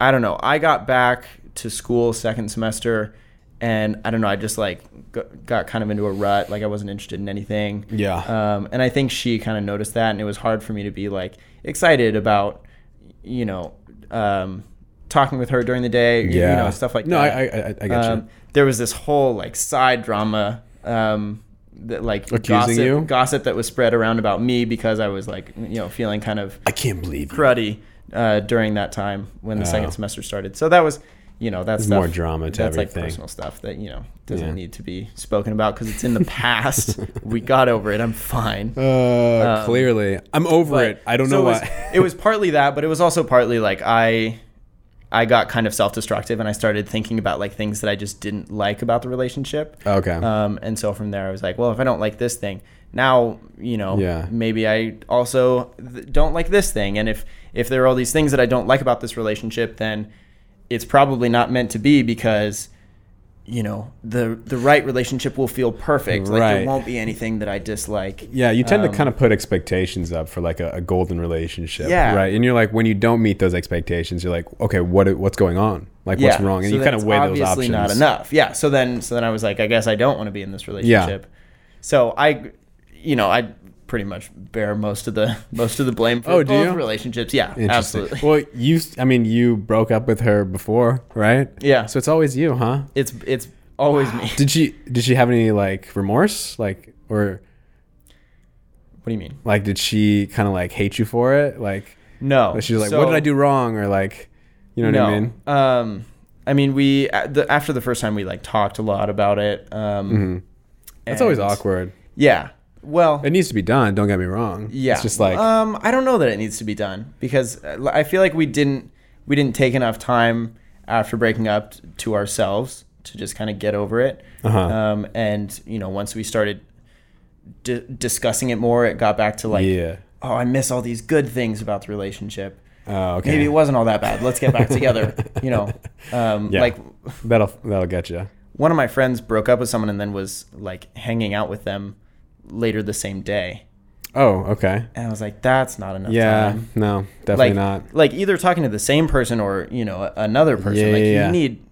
Speaker 2: I don't know. I got back to school second semester, and I don't know. I just like g- got kind of into a rut. Like I wasn't interested in anything.
Speaker 1: Yeah.
Speaker 2: Um, and I think she kind of noticed that, and it was hard for me to be like excited about, you know, um, talking with her during the day, you- you know, stuff like
Speaker 1: no,
Speaker 2: that.
Speaker 1: I, I, I, I get
Speaker 2: um, there was this whole like side drama um, that like
Speaker 1: Accusing
Speaker 2: gossip,
Speaker 1: you?
Speaker 2: gossip that was spread around about me because I was like you know feeling kind of
Speaker 1: I can't believe you.
Speaker 2: cruddy uh, during that time when the
Speaker 1: Oh.
Speaker 2: second semester started. So that was you know that's
Speaker 1: more drama to
Speaker 2: that's
Speaker 1: everything.
Speaker 2: like personal stuff that you know doesn't
Speaker 1: Yeah.
Speaker 2: need to be spoken about because it's in the past. we got over it. I'm fine.
Speaker 1: Uh, clearly, I'm over
Speaker 2: Um, But-
Speaker 1: it. I don't know
Speaker 2: so it was,
Speaker 1: why.
Speaker 2: it was partly that, but it was also partly like I, I got kind of self-destructive, and I started thinking about like things that I just didn't like about the relationship.
Speaker 1: okay.
Speaker 2: Um, and so from there, I was like, well, if I don't like this thing, now you know,
Speaker 1: Yeah.
Speaker 2: maybe I also th- don't like this thing. And if if there are all these things that I don't like about this relationship, then it's probably not meant to be because you know the the right relationship will feel perfect. Like
Speaker 1: Right.
Speaker 2: there won't be anything that I dislike.
Speaker 1: yeah, you tend
Speaker 2: Um,
Speaker 1: to kind of put expectations up for like a, a golden relationship,
Speaker 2: Yeah.
Speaker 1: right? And you're like, when you don't meet those expectations, you're like, okay, what what's going on? Like, what's wrong? And
Speaker 2: so
Speaker 1: you
Speaker 2: then
Speaker 1: kind of
Speaker 2: it's
Speaker 1: weigh those
Speaker 2: obviously
Speaker 1: options.
Speaker 2: not enough. Yeah. So then, so then I was like, I guess I don't want to be in this relationship. So I, you know, I pretty much bear most of the most of the blame for
Speaker 1: Oh, do
Speaker 2: both
Speaker 1: you?
Speaker 2: relationships. Yeah,
Speaker 1: Interesting.
Speaker 2: absolutely.
Speaker 1: Well, you, I mean, you broke up with her before, right?
Speaker 2: Yeah.
Speaker 1: So it's always you, huh?
Speaker 2: It's it's always me.
Speaker 1: Did she did she have any like remorse, like or
Speaker 2: What do you mean?
Speaker 1: like did she kind of like hate you for it, like?
Speaker 2: No.
Speaker 1: But she's like, "What did I do wrong?" Or like, you know what I mean?
Speaker 2: Um, I mean, we a- the, after the first time we like talked a lot about it. Um,
Speaker 1: Mm-hmm. That's always
Speaker 2: and-
Speaker 1: awkward.
Speaker 2: Yeah. Well,
Speaker 1: It needs to be done. Don't get me wrong.
Speaker 2: Yeah.
Speaker 1: it's just like
Speaker 2: um, I don't know that it needs to be done because uh, I feel like we didn't we didn't take enough time after breaking up t- to ourselves to just kind of get over it.
Speaker 1: Uh-huh.
Speaker 2: Um, and you know, once we started di- discussing it more, it got back to like,
Speaker 1: yeah.
Speaker 2: oh, I miss all these good things about the relationship.
Speaker 1: Oh, okay.
Speaker 2: Maybe it wasn't all that bad. Let's get back together. You know, um,
Speaker 1: Yeah.
Speaker 2: like
Speaker 1: that'll that'll get you.
Speaker 2: one of my friends broke up with someone and then was like hanging out with them later the same day.
Speaker 1: Oh, okay.
Speaker 2: And I was like, that's not enough
Speaker 1: Yeah.
Speaker 2: time.
Speaker 1: No, definitely
Speaker 2: like
Speaker 1: not.
Speaker 2: like either talking to the same person or you know another person
Speaker 1: Yeah,
Speaker 2: like
Speaker 1: yeah,
Speaker 2: you
Speaker 1: yeah.
Speaker 2: need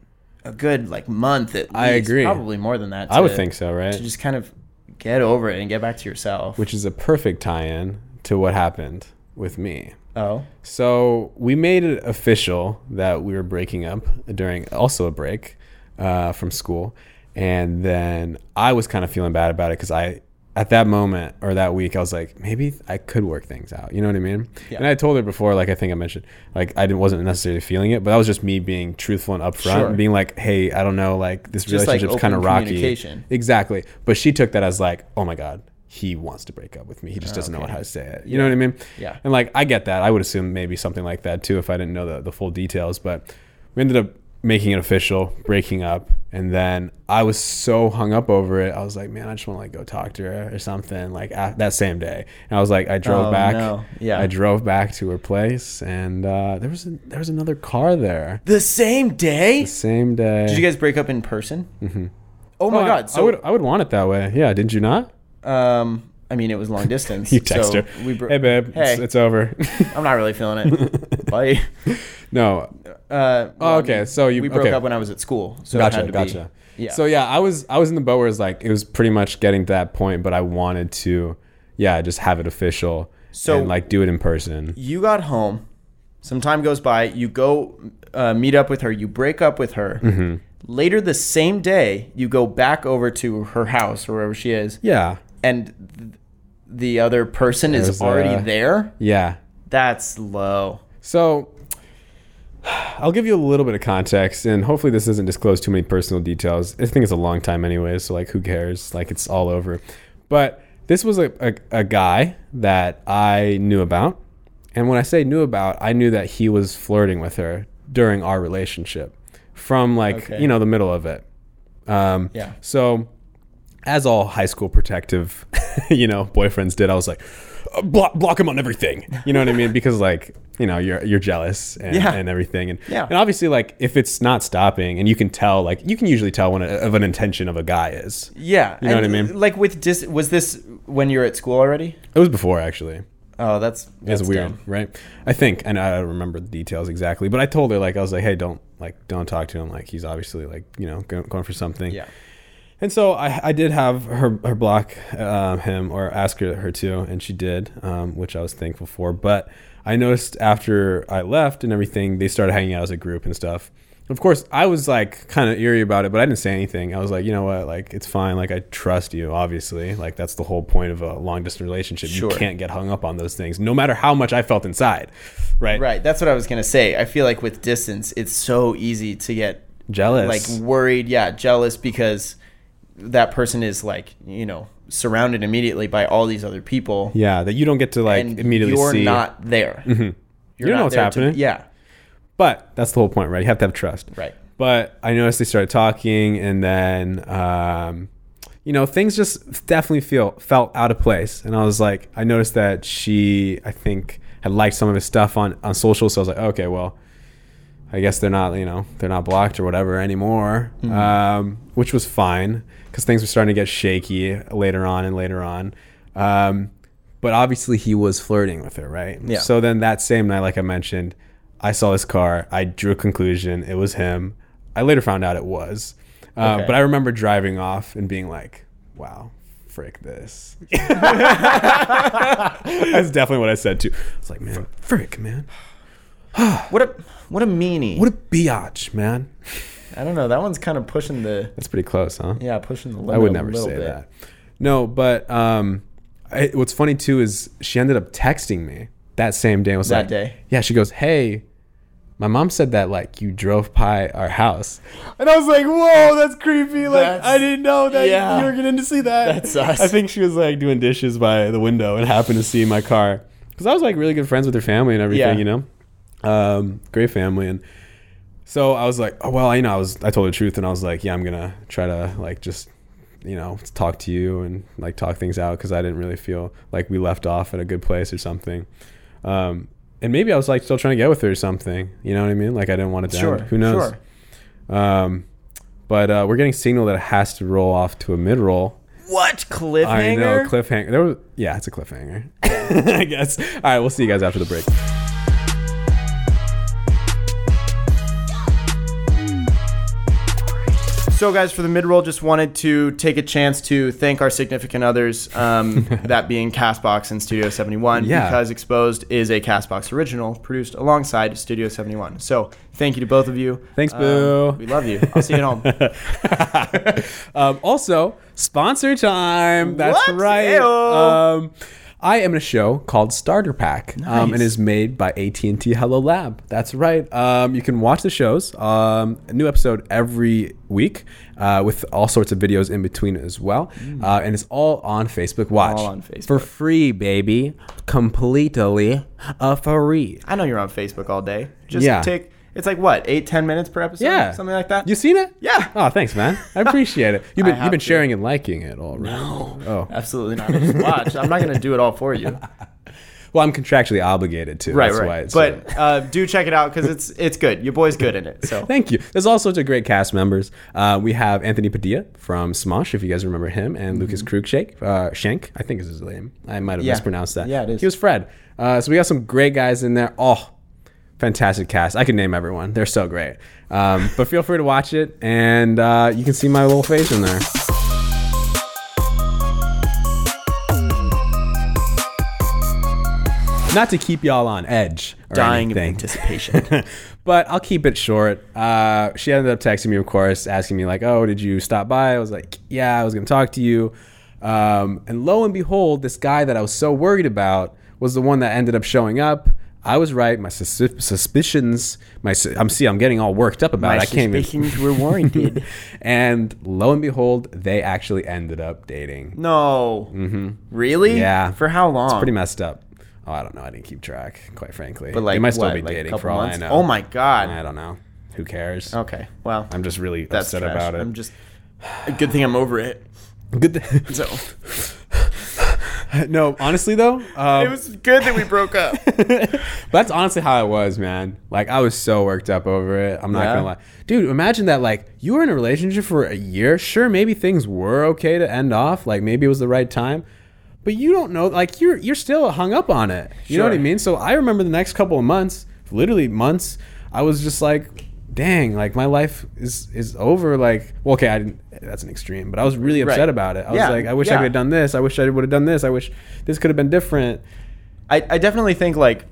Speaker 2: a good like month at least
Speaker 1: I agree.
Speaker 2: probably more than that
Speaker 1: I would
Speaker 2: to-
Speaker 1: think so,
Speaker 2: to
Speaker 1: right?
Speaker 2: just kind of get over it and get back to yourself
Speaker 1: Which is a perfect tie-in to what happened with me.
Speaker 2: oh
Speaker 1: So we made it official that we were breaking up during also a break uh, from school, and then I was kind of feeling bad about it because I at that moment or that week I was like maybe I could work things out. You know what I mean?
Speaker 2: Yeah.
Speaker 1: And I told her before, like I think I mentioned, like I didn't, wasn't necessarily feeling it, but that was just me being truthful and upfront,
Speaker 2: Sure.
Speaker 1: and being like, hey, I don't know, like this
Speaker 2: Just, like,
Speaker 1: relationship's kind of
Speaker 2: open
Speaker 1: rocky.
Speaker 2: communication.
Speaker 1: Exactly. But she took that as like, oh my god. He wants to break up with me. He just doesn't know how to say it. You know what I mean?
Speaker 2: Oh, Yeah.
Speaker 1: And like I get that. I would assume maybe something like that too if I didn't know the, the full details. But we ended up making it official, breaking up, and then I was so hung up over it. I was like, man, I just want to like go talk to her or something. Like a that same day, and I was like, I drove
Speaker 2: Oh,
Speaker 1: back.
Speaker 2: no. Yeah.
Speaker 1: I drove back to her place, and uh, there was there was another car there.
Speaker 2: the same day
Speaker 1: Same day.
Speaker 2: did you guys break up in person mm-hmm. oh my god so
Speaker 1: I would I would want it that way. Yeah, didn't you not?
Speaker 2: um I mean, it was long distance.
Speaker 1: You text
Speaker 2: so
Speaker 1: her.
Speaker 2: We bro-
Speaker 1: hey babe, it's,
Speaker 2: Hey.
Speaker 1: it's over.
Speaker 2: I'm not really feeling it. Bye.
Speaker 1: no,
Speaker 2: Uh, well, I
Speaker 1: okay,
Speaker 2: mean,
Speaker 1: so Oh, you-
Speaker 2: we broke
Speaker 1: okay.
Speaker 2: up when I was at school. So it
Speaker 1: gotcha,
Speaker 2: had to be-
Speaker 1: gotcha.
Speaker 2: yeah.
Speaker 1: So yeah, I was I was in the boat where it's like it was pretty much getting to that point, but I wanted to, yeah, just have it official
Speaker 2: So-
Speaker 1: and like do it in person.
Speaker 2: you got home some time goes by you go uh, meet up with her you break up with her
Speaker 1: Mm-hmm.
Speaker 2: later the same day you go back over to her house or wherever she is
Speaker 1: Yeah,
Speaker 2: and th- the other person
Speaker 1: There's,
Speaker 2: is already
Speaker 1: uh,
Speaker 2: there
Speaker 1: yeah.
Speaker 2: that's low
Speaker 1: So I'll give you a little bit of context, and hopefully this doesn't disclose too many personal details. I think it's a long time anyway, so like who cares? Like it's all over. But this was a, a, a guy that I knew about. And when I say knew about, I knew that he was flirting with her during our relationship from like,
Speaker 2: Okay.
Speaker 1: you know, the middle of it. Um,
Speaker 2: Yeah.
Speaker 1: So as all high school protective, you know, boyfriends did, I was like, "Uh, block, block him on everything. You know what I mean? Because like, you know, you're you're jealous and,
Speaker 2: Yeah.
Speaker 1: and everything, and
Speaker 2: Yeah.
Speaker 1: and obviously like if it's not stopping, and you can tell like you can usually tell when a, of an intention of a guy is.
Speaker 2: yeah
Speaker 1: You know what I
Speaker 2: and, uh,
Speaker 1: mean?
Speaker 2: like with dis was this when you were at school already
Speaker 1: It was before actually.
Speaker 2: oh that's
Speaker 1: That's
Speaker 2: that's
Speaker 1: weird,
Speaker 2: dumb.
Speaker 1: right? I think, and I don't remember the details exactly, but I told her like I was like, hey, don't like don't talk to him. Like he's obviously like you know go- going for something.
Speaker 2: yeah
Speaker 1: And so I, I did have her, her uh, block um, him or ask her, her to, and she did, um, which I was thankful for. But I noticed after I left and everything, they started hanging out as a group and stuff. Of course, I was like kind of eerie about it, but I didn't say anything. I was like, you know what, like it's fine. Like I trust you, obviously. Like that's the whole point of a long distance relationship.
Speaker 2: Sure.
Speaker 1: You can't get hung up on those things, no matter how much I felt inside, right?
Speaker 2: Right. That's what I was gonna say. I feel like with distance, it's so easy to get
Speaker 1: Jealous,
Speaker 2: like worried, yeah, jealous because that person is like you know surrounded immediately by all these other people,
Speaker 1: yeah, that you don't get to like
Speaker 2: and
Speaker 1: immediately
Speaker 2: you're
Speaker 1: see. Mm-hmm.
Speaker 2: not there.
Speaker 1: You know what's
Speaker 2: there to-
Speaker 1: happening.
Speaker 2: yeah.
Speaker 1: But that's the whole point, right? You have to have trust.
Speaker 2: Right.
Speaker 1: But I noticed they started talking, and then, um, you know, things just definitely feel felt out of place. And I was like, I noticed that she, I think, had liked some of his stuff on on social. So I was like, okay, well, I guess they're not, you know, they're not blocked or whatever anymore,
Speaker 2: Mm-hmm.
Speaker 1: um, which was fine because things were starting to get shaky later on and later on. Um, but obviously, he was flirting with her, right?
Speaker 2: Yeah.
Speaker 1: So then that same night, like I mentioned, I saw this car. I drew a conclusion. It was him. I later found out it was. Uh,
Speaker 2: Okay.
Speaker 1: But I remember driving off and being like, wow, frick this. That's definitely what I said too. I was like, man, frick, man.
Speaker 2: What a what a meanie.
Speaker 1: What a biatch, man.
Speaker 2: I don't know. That one's kind of pushing the
Speaker 1: That's pretty close, huh?
Speaker 2: yeah pushing the limit.
Speaker 1: I would
Speaker 2: a
Speaker 1: never
Speaker 2: little
Speaker 1: say
Speaker 2: bit.
Speaker 1: that. No, but um, I, what's funny too is she ended up texting me that same day. I was
Speaker 2: That
Speaker 1: like,
Speaker 2: day?
Speaker 1: yeah. She goes, "Hey, my mom said that like you drove by our house," and I was like, "Whoa, that's creepy! Like
Speaker 2: That's-
Speaker 1: I didn't know that
Speaker 2: yeah.
Speaker 1: you were getting to see that."
Speaker 2: That's us.
Speaker 1: I think she was like doing dishes by the window and happened to see my car because I was like really good friends with her family and everything,
Speaker 2: Yeah.
Speaker 1: you know, um, great family and. So I was like, oh well, you know, I was I told the truth and I was like, yeah, I'm gonna try to like just you know talk to you and like talk things out because I didn't really feel like we left off at a good place or something. Um, and maybe I was like still trying to get with her or something. You know what I mean? Like I didn't want it to
Speaker 2: Sure.
Speaker 1: end. Who knows?
Speaker 2: Sure.
Speaker 1: Um, but uh, we're getting signal that it has to roll off to a mid roll.
Speaker 2: What cliffhanger?
Speaker 1: I know cliffhanger. There was yeah, it's a cliffhanger. I guess. All right, we'll see you guys after the break.
Speaker 2: So, guys, for the mid roll, just wanted to take a chance to thank our significant others, um, that being Castbox and Studio 71,
Speaker 1: Yeah.
Speaker 2: because Exposed is a Castbox original produced alongside Studio 71. So, thank you to both of you.
Speaker 1: Thanks,
Speaker 2: Um,
Speaker 1: boo.
Speaker 2: we love you. I'll see you at home.
Speaker 1: um, also, sponsor time. That's
Speaker 2: What?
Speaker 1: right.
Speaker 2: Ayo.
Speaker 1: Um, I am in a show called Starter Pack, um,
Speaker 2: Nice.
Speaker 1: and is made by AT and T Hello Lab. That's right. Um, you can watch the shows. Um, a new episode every week, uh, with all sorts of videos in between as well, uh, and it's all on Facebook Watch.
Speaker 2: Mm. All on Facebook.
Speaker 1: for free, baby, completely uh, free.
Speaker 2: I know you're on Facebook all day. Just
Speaker 1: Yeah.
Speaker 2: take, it's like what, eight, ten minutes per episode?
Speaker 1: Yeah,
Speaker 2: Something like that?
Speaker 1: You seen it?
Speaker 2: Yeah.
Speaker 1: Oh, thanks, man. I appreciate it. You've
Speaker 2: I
Speaker 1: been you've
Speaker 2: have
Speaker 1: been
Speaker 2: to.
Speaker 1: sharing and liking it all. Right? No. Oh.
Speaker 2: Absolutely not. I Just watch. I'm not going to do it all for you.
Speaker 1: Well, I'm contractually obligated to.
Speaker 2: Right,
Speaker 1: that's Why
Speaker 2: right.
Speaker 1: it's, uh,
Speaker 2: But uh, do check it out because it's it's good. Your boy's good in it. So
Speaker 1: thank you. There's all sorts of great cast members. Uh, we have Anthony Padilla from Smosh, if you guys remember him, and Lucas Krugshake, uh, Shank, I think is his name. I might have
Speaker 2: Mm-hmm. Yeah.
Speaker 1: mispronounced that.
Speaker 2: Yeah, it is.
Speaker 1: He was Fred. Uh, so we got some great guys in there. Oh, fantastic cast. I could name everyone. They're so great. Um, but feel free to watch it, and uh, you can see my little face in there. Not to keep y'all on edge or
Speaker 2: dying of
Speaker 1: anything.
Speaker 2: anticipation.
Speaker 1: but I'll keep it short. Uh, she ended up texting me, of course, asking me like, "Oh, did you stop by?" I was like, "Yeah, I was gonna talk to you." Um, and lo and behold, this guy that I was so worried about was the one that ended up showing up. I was right. My sus- suspicions, my su- I'm see, I'm getting all worked up about
Speaker 2: My
Speaker 1: it. I can't even.
Speaker 2: suspicions were warranted.
Speaker 1: and lo and behold, they actually ended up dating.
Speaker 2: No. Mm-hmm. Really?
Speaker 1: Yeah.
Speaker 2: For how long?
Speaker 1: Pretty messed up. Oh, I don't know. I didn't keep track, quite frankly.
Speaker 2: But like,
Speaker 1: they might still
Speaker 2: what,
Speaker 1: be
Speaker 2: like a
Speaker 1: dating
Speaker 2: couple
Speaker 1: for all
Speaker 2: months?
Speaker 1: I know.
Speaker 2: Oh my god.
Speaker 1: I don't know. Who cares?
Speaker 2: Okay. Well,
Speaker 1: I'm just really
Speaker 2: that's
Speaker 1: upset
Speaker 2: trash.
Speaker 1: about it.
Speaker 2: I'm just. Good thing I'm over it.
Speaker 1: Good. th-
Speaker 2: So
Speaker 1: no, honestly though, um,
Speaker 2: it was good that we broke up.
Speaker 1: that's honestly how it was, man. Like I was so worked up over it. I'm not
Speaker 2: Yeah?
Speaker 1: gonna lie, dude. Imagine that. Like you were in a relationship for a year. Sure, maybe things were okay to end off. Like maybe it was the right time. But you don't know. Like you're you're still hung up on it. You know what I
Speaker 2: Sure.
Speaker 1: mean? So I remember the next couple of months, literally months. I was just like, dang, like my life is is over. Like, well, okay, I didn't. That's an extreme, but I was really upset
Speaker 2: Right.
Speaker 1: about it. I
Speaker 2: Yeah,
Speaker 1: was like, I wish I
Speaker 2: yeah.
Speaker 1: could have done this. I wish I would have done this. I wish this could have been different.
Speaker 2: I, I definitely think like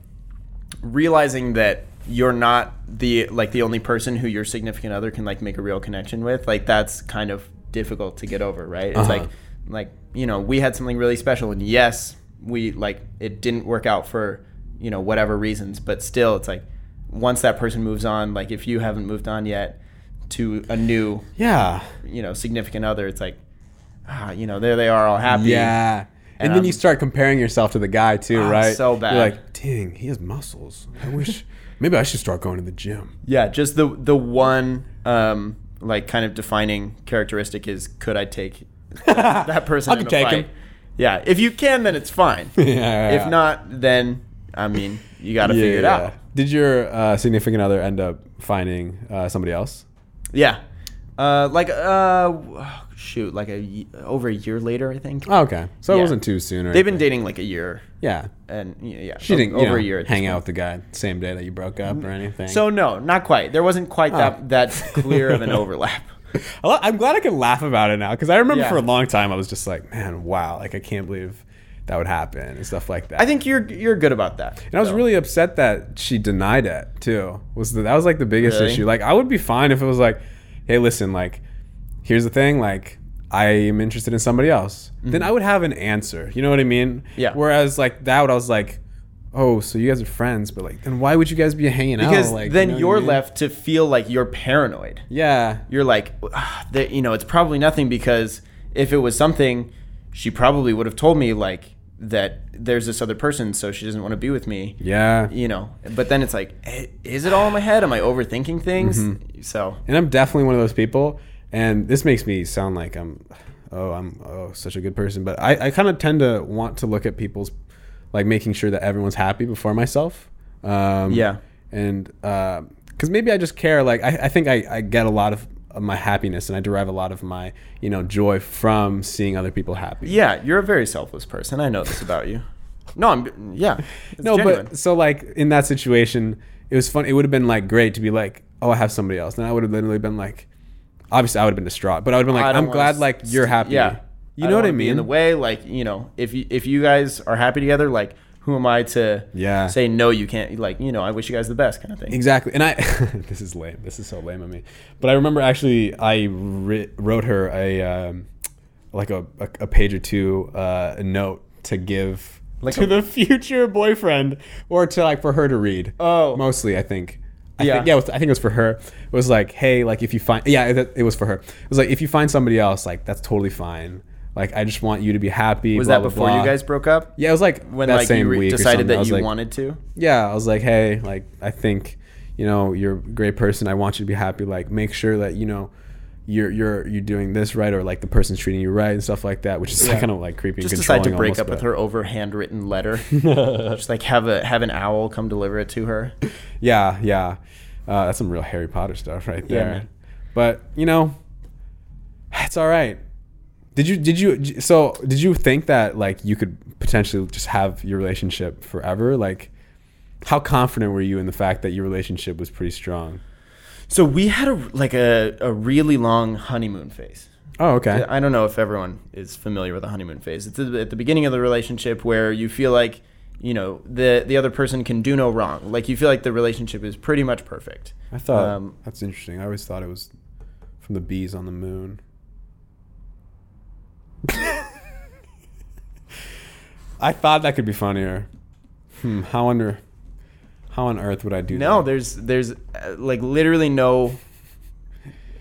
Speaker 2: realizing that you're not the like the only person who your significant other can like make a real connection with like that's kind of difficult to get over right it's
Speaker 1: Uh-huh.
Speaker 2: like like you know we had something really special and yes we like it didn't work out for you know whatever reasons but still it's like once that person moves on like if you haven't moved on yet to a new
Speaker 1: Yeah.
Speaker 2: you know significant other it's like ah you know there they are all happy
Speaker 1: Yeah. And,
Speaker 2: And
Speaker 1: then
Speaker 2: I'm-
Speaker 1: you start comparing yourself to the guy too,
Speaker 2: I'm
Speaker 1: right?
Speaker 2: so bad.
Speaker 1: You're like, dang, he has muscles. I wish maybe I should start going to the gym.
Speaker 2: Yeah, just the the one um, like kind of defining characteristic is could I take that, that person?
Speaker 1: I
Speaker 2: in
Speaker 1: could
Speaker 2: a
Speaker 1: take
Speaker 2: fight?
Speaker 1: him.
Speaker 2: Yeah, if you can, then it's fine.
Speaker 1: Yeah.
Speaker 2: If not, then I mean you got to figure it out.
Speaker 1: Did your uh, significant other end up finding uh, somebody else?
Speaker 2: Yeah, uh, like uh, shoot, like a ye- over a year later, I think
Speaker 1: Oh, okay. So it
Speaker 2: Yeah.
Speaker 1: wasn't too soon. Or
Speaker 2: they've been
Speaker 1: anything.
Speaker 2: dating like a year,
Speaker 1: Yeah.
Speaker 2: and y- yeah,
Speaker 1: She
Speaker 2: o-
Speaker 1: didn't
Speaker 2: over
Speaker 1: you know,
Speaker 2: a year. at this
Speaker 1: hang
Speaker 2: point. Mm,
Speaker 1: out with the guy the same day that you broke up or anything.
Speaker 2: So no, not quite. There wasn't quite that that clear of an overlap.
Speaker 1: I lo- I'm glad I can laugh about it now because I remember
Speaker 2: Yeah.
Speaker 1: for a long time I was just like, man, wow, like I can't believe that would happen and stuff like that.
Speaker 2: I think you're you're good about that.
Speaker 1: And I was
Speaker 2: though.
Speaker 1: really upset that she denied it too. Was the, that was like the biggest
Speaker 2: Really?
Speaker 1: issue? Like I would be fine if it was like, hey, listen, like here's the thing, like I am interested in somebody else. Then I would have an answer. You know what I mean?
Speaker 2: Mm-hmm. Yeah.
Speaker 1: Whereas like that, I was like, oh, so you guys are friends, but like then why would you guys be hanging out?
Speaker 2: because
Speaker 1: Oh, Like,
Speaker 2: then
Speaker 1: you know what I
Speaker 2: you're
Speaker 1: mean?
Speaker 2: left to feel like you're paranoid.
Speaker 1: Yeah.
Speaker 2: You're like, "Ah, that you know, it's probably nothing because if it was something, she probably would have told me like that there's this other person, so she doesn't want to be with me.
Speaker 1: Yeah.
Speaker 2: You know, but then it's like, eh, is it all in my head? Am I overthinking things?
Speaker 1: Mm-hmm.
Speaker 2: So
Speaker 1: and I'm definitely one of those people. And this makes me sound like I'm, oh, I'm oh such a good person, but I, I kind of tend to want to look at people's, like making sure that everyone's happy before myself. Um,
Speaker 2: Yeah.
Speaker 1: and because maybe I just care. Like I, I think I, I get a lot of, of my happiness, and I derive a lot of my you know joy from seeing other people happy.
Speaker 2: yeah, you're a very selfless person. I know this about you. No, I'm yeah. It's
Speaker 1: no,
Speaker 2: genuine.
Speaker 1: but so like in that situation, it was fun. It would have been like great to be like, oh, I have somebody else. And I would have literally been like, obviously, I would have been distraught, but I would have been
Speaker 2: I
Speaker 1: like,
Speaker 2: don't
Speaker 1: I'm
Speaker 2: wanna
Speaker 1: glad like
Speaker 2: st-
Speaker 1: you're happy.
Speaker 2: Yeah,
Speaker 1: you know what
Speaker 2: don't
Speaker 1: I
Speaker 2: wanna be In
Speaker 1: mean?
Speaker 2: the way, like you know, if you if you guys are happy together, like who am I to
Speaker 1: Yeah.
Speaker 2: say no? You can't. Like you know, I wish you guys the best, kind of thing.
Speaker 1: Exactly. And I, this is lame. This is so lame of me. But I remember actually, I writ, wrote her a, um, like a, a, a page or two, uh, a note to give
Speaker 2: Like
Speaker 1: to
Speaker 2: a-
Speaker 1: the future boyfriend or to like for her to read.
Speaker 2: Oh.
Speaker 1: Mostly, I think. I
Speaker 2: Yeah.
Speaker 1: Think, yeah. it was- I think it was for her. It was like, hey, like if you find, yeah, it, it was for her. It was like, if you find somebody else, like that's totally fine. Like, I just want you to be happy.
Speaker 2: Was
Speaker 1: blah,
Speaker 2: that
Speaker 1: blah,
Speaker 2: before
Speaker 1: blah.
Speaker 2: you guys broke up?
Speaker 1: Yeah, it was like
Speaker 2: When
Speaker 1: that
Speaker 2: like
Speaker 1: same
Speaker 2: you re-
Speaker 1: week or
Speaker 2: decided
Speaker 1: something. I
Speaker 2: that
Speaker 1: was
Speaker 2: you
Speaker 1: like-
Speaker 2: wanted to.
Speaker 1: yeah, I was like, hey, like I think, you know, you're a great person. I want you to be happy. Like, make sure that you know, you're you're you're doing this right, or like the person's treating you right and stuff like that, which is like, kind of like creepy.
Speaker 2: Just
Speaker 1: and
Speaker 2: decide to
Speaker 1: controlling
Speaker 2: break
Speaker 1: almost,
Speaker 2: up with
Speaker 1: but-
Speaker 2: her over handwritten letter. just like have a have an owl come deliver it to her.
Speaker 1: Yeah, yeah, uh, that's some real Harry Potter stuff right
Speaker 2: Yeah,
Speaker 1: there.
Speaker 2: man.
Speaker 1: but you know, it's all right. Did you did you so did you think that like you could potentially just have your relationship forever? Like, how confident were you in the fact that your relationship was pretty strong?
Speaker 2: So we had a like a, a really long honeymoon phase.
Speaker 1: Oh, okay.
Speaker 2: I don't know if everyone is familiar with the honeymoon phase. It's at the beginning of the relationship where you feel like, you know, the the other person can do no wrong. Like you feel like the relationship is pretty much perfect.
Speaker 1: I thought
Speaker 2: Um,
Speaker 1: that's interesting. I always thought it was from the bees on the moon. I thought that could be funnier. Hmm, how under how on earth would I do
Speaker 2: No,
Speaker 1: that?
Speaker 2: there's there's uh, like literally no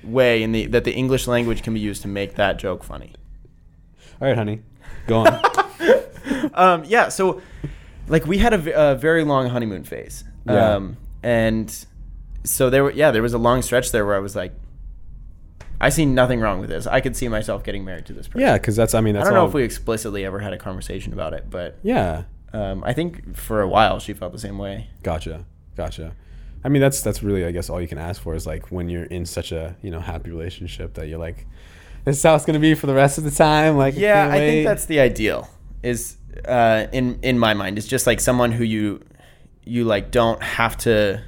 Speaker 2: way in the that the English language can be used to make that joke funny.
Speaker 1: All right, honey. Go on.
Speaker 2: um, yeah, so like we had a, v- a very long honeymoon phase.
Speaker 1: Yeah.
Speaker 2: Um, and so there were, yeah, there was a long stretch there where I was like, I see nothing wrong with this. I could see myself getting married to this person.
Speaker 1: yeah, cuz that's I mean that's
Speaker 2: I don't know
Speaker 1: all-
Speaker 2: if we explicitly ever had a conversation about it, but
Speaker 1: Yeah.
Speaker 2: um, I think for a while she felt the same way.
Speaker 1: Gotcha. Gotcha. I mean that's that's really I guess all you can ask for is like when you're in such a, you know, happy relationship that you're like this is how it's going to be for the rest of the time like
Speaker 2: Yeah,
Speaker 1: can't
Speaker 2: I think
Speaker 1: wait.
Speaker 2: that's the ideal. Is uh, in in my mind, it's just like someone who you you like don't have to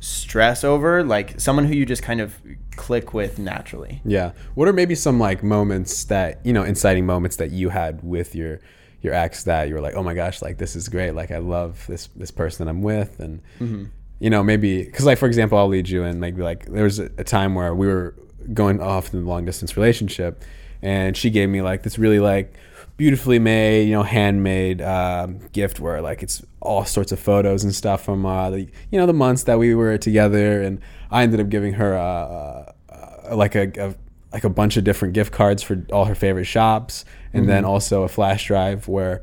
Speaker 2: stress over, like someone who you just kind of click with naturally.
Speaker 1: Yeah. What are maybe some like moments that you know inciting moments that you had with your your ex that you were like, oh my gosh, like this is great. Like I love this this person I'm with, and you know maybe because like for example, I'll lead you in like like there was a, a time where we were going off in a long distance relationship, and she gave me like this really like beautifully made you know handmade um, gift where like it's all sorts of photos and stuff from uh, the you know the months that we were together and i ended up giving her uh, uh, like a, a like a bunch of different gift cards for all her favorite shops and then
Speaker 2: Mm-hmm.
Speaker 1: also a flash drive where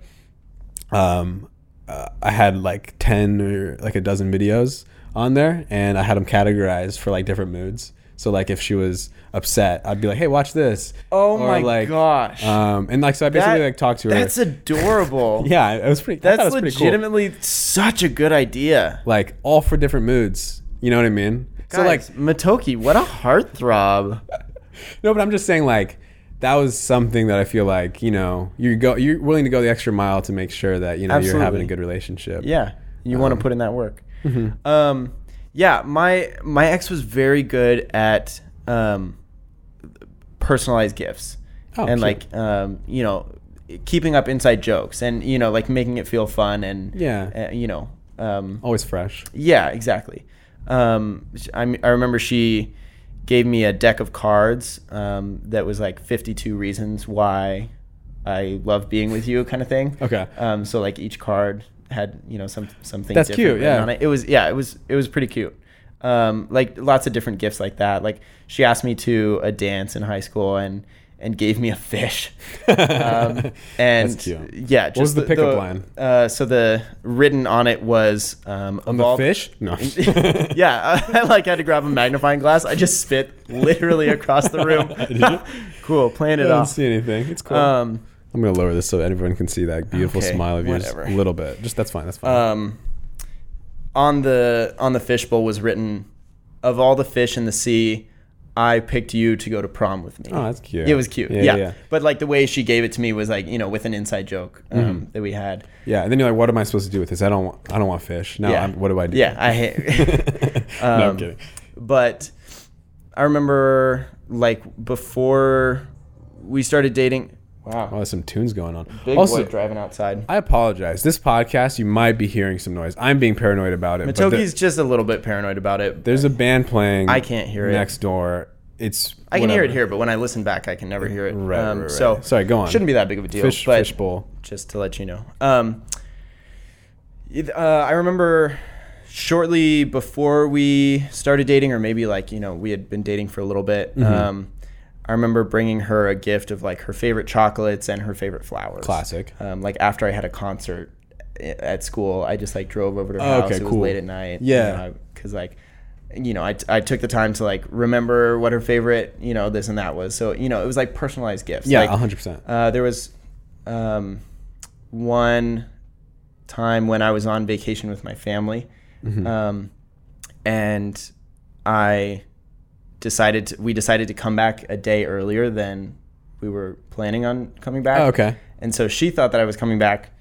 Speaker 1: um, uh, I had like 10 or like a dozen videos on there and I had them categorized for like different moods. So like if she was upset, I'd be like, "Hey, watch this."
Speaker 2: Oh my gosh.
Speaker 1: Um, and like so I basically
Speaker 2: That-
Speaker 1: like talked to her.
Speaker 2: That's adorable.
Speaker 1: yeah, it was pretty. I thought
Speaker 2: That's
Speaker 1: it was pretty cool.
Speaker 2: legitimately such a good idea.
Speaker 1: Like all for different moods. You know what I mean? so like
Speaker 2: Guys, Matoki, what a heartthrob.
Speaker 1: No, but I'm just saying like that was something that I feel like you know you go you're willing to go the extra mile to make sure that you know you're having
Speaker 2: Absolutely.
Speaker 1: a good relationship.
Speaker 2: Yeah, you want to put in that work.
Speaker 1: mm-hmm.
Speaker 2: Um, yeah, my my ex was very good at um, personalized gifts
Speaker 1: Oh, cute.
Speaker 2: and like um, you know keeping up inside jokes and you know like making it feel fun and
Speaker 1: Yeah.
Speaker 2: uh, you know um,
Speaker 1: always fresh.
Speaker 2: yeah, exactly. Um, sh- I, m- I remember she gave me a deck of cards um, that was like 52 reasons why I love being with you, kind of thing.
Speaker 1: Okay.
Speaker 2: Um, so like each card had you know some something
Speaker 1: That's
Speaker 2: different
Speaker 1: cute,
Speaker 2: written
Speaker 1: yeah.
Speaker 2: on it. It was yeah, it was it was pretty cute. Um, like lots of different gifts like that. Like she asked me to a dance in high school and and gave me a fish. Um, and
Speaker 1: That's cute.
Speaker 2: yeah, just
Speaker 1: was the pickup line?
Speaker 2: Uh, so the written on it was um,
Speaker 1: On the
Speaker 2: evolve-
Speaker 1: fish? No.
Speaker 2: yeah, I, like had to grab a magnifying glass. I just spit literally across the
Speaker 1: Did you?
Speaker 2: room. cool, playing
Speaker 1: I
Speaker 2: it
Speaker 1: don't
Speaker 2: off.
Speaker 1: see anything. It's cool.
Speaker 2: Um,
Speaker 1: I'm gonna lower this so everyone can see that beautiful
Speaker 2: Okay,
Speaker 1: smile of yours
Speaker 2: whatever.
Speaker 1: a little bit. Just that's fine. That's fine.
Speaker 2: um, on the on the fishbowl was written, "Of all the fish in the sea, I picked you to go to prom with me."
Speaker 1: oh, that's cute.
Speaker 2: It was cute. Yeah,
Speaker 1: yeah.
Speaker 2: But like the way she gave it to me was like, you know, with an inside joke um,
Speaker 1: Mm-hmm.
Speaker 2: that we had.
Speaker 1: Yeah, And then you're like, what am I supposed to do with this? I don't. Want, I don't want fish. Now,
Speaker 2: Yeah.
Speaker 1: Oh, I'm, what do I do?
Speaker 2: Yeah, I hate.
Speaker 1: no, I'm
Speaker 2: um,
Speaker 1: kidding.
Speaker 2: but I remember like before we started dating.
Speaker 1: Oh,
Speaker 2: Wow,
Speaker 1: there's some tunes going on.
Speaker 2: big
Speaker 1: also,
Speaker 2: boy driving outside.
Speaker 1: I apologize. This podcast, you might be hearing some noise. I'm being paranoid about it. but the-
Speaker 2: Toki's just a little bit paranoid about it.
Speaker 1: There's a band playing.
Speaker 2: I can't hear it.
Speaker 1: next door. It's
Speaker 2: I can hear it here, but when I listen back, I can never hear it. Um,
Speaker 1: Right, right, right.
Speaker 2: So
Speaker 1: Sorry, go on.
Speaker 2: Shouldn't be that big of a deal.
Speaker 1: Fish
Speaker 2: but
Speaker 1: fishbowl.
Speaker 2: just to let you know. Um, it- uh, I remember shortly before we started dating, or maybe like you know we had been dating for a little bit.
Speaker 1: Mm-hmm.
Speaker 2: Um, I remember bringing her a gift of like her favorite chocolates and her favorite flowers.
Speaker 1: Classic.
Speaker 2: Um, like after I had a concert i- at school, I just like drove over to her
Speaker 1: Oh,
Speaker 2: house.
Speaker 1: okay,
Speaker 2: it was
Speaker 1: cool.
Speaker 2: late at night.
Speaker 1: Yeah.
Speaker 2: because like. You know, I, t- I took the time to like remember what her favorite, you know, this and that was. So, you know, it was like personalized gifts.
Speaker 1: Yeah,
Speaker 2: Like,
Speaker 1: 100. percent
Speaker 2: uh, there was um, one time when I was on vacation with my family,
Speaker 1: Mm-hmm.
Speaker 2: um, and I decided to, we decided to come back a day earlier than we were planning on coming back.
Speaker 1: Oh, okay.
Speaker 2: And so she thought that I was coming back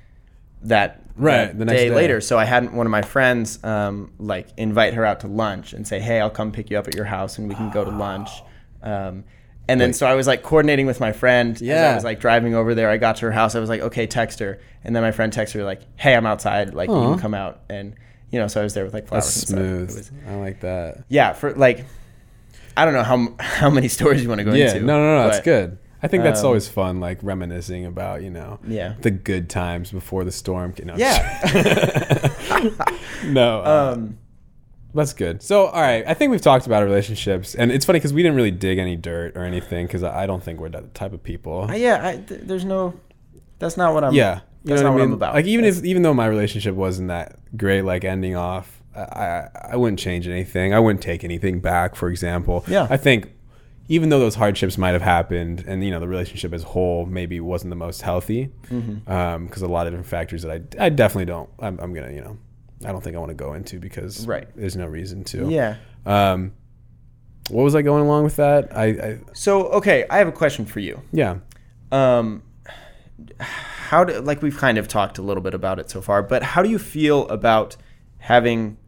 Speaker 2: that
Speaker 1: Right,
Speaker 2: that
Speaker 1: the next day.
Speaker 2: later. So I had one of my friends um, like invite her out to lunch and say, "Hey, I'll come pick you up at your house and we can go to lunch."
Speaker 1: Ah.
Speaker 2: Um, and then so I was like coordinating with my friend. as
Speaker 1: Yeah.
Speaker 2: I was like driving over there. I got to her house. I was like, "Okay, text her." And then my friend texted her like, "Hey, I'm outside. Like, you
Speaker 1: Aw.
Speaker 2: can come out." And you know, so I was there with like flowers.
Speaker 1: That's
Speaker 2: and stuff. It
Speaker 1: smooth.
Speaker 2: was-
Speaker 1: I like that.
Speaker 2: yeah, for like, I don't know how m- how many stories you want to go
Speaker 1: Yeah.
Speaker 2: into.
Speaker 1: No, no, no. That's
Speaker 2: but-
Speaker 1: good. I think that's
Speaker 2: um,
Speaker 1: always fun, like reminiscing about you know
Speaker 2: Yeah.
Speaker 1: the good times before the storm. No, I'm
Speaker 2: Yeah.
Speaker 1: just- no. uh,
Speaker 2: um,
Speaker 1: That's good. So, all right, I think we've talked about our relationships, and it's funny because we didn't really dig any dirt or anything because I I don't think we're that type of people.
Speaker 2: I- yeah. I, th- there's no. That's not what I'm.
Speaker 1: yeah,
Speaker 2: That's not
Speaker 1: I
Speaker 2: what I'm
Speaker 1: mean?
Speaker 2: about.
Speaker 1: Like even if even though my relationship wasn't that great, like ending off, I I, I wouldn't change anything. I wouldn't take anything back. For example,
Speaker 2: Yeah.
Speaker 1: I think even though those hardships might have happened, and you know the relationship as a whole maybe wasn't the most healthy, because
Speaker 2: Mm-hmm.
Speaker 1: a lot of different factors that I I definitely don't I'm, I'm gonna you know I don't think I want to go into because
Speaker 2: Right.
Speaker 1: there's no reason to.
Speaker 2: Yeah.
Speaker 1: Um, what was I going along with that? I, I
Speaker 2: So okay, I have a question for you.
Speaker 1: yeah.
Speaker 2: Um, how do like we've kind of talked a little bit about it so far, but how do you feel about having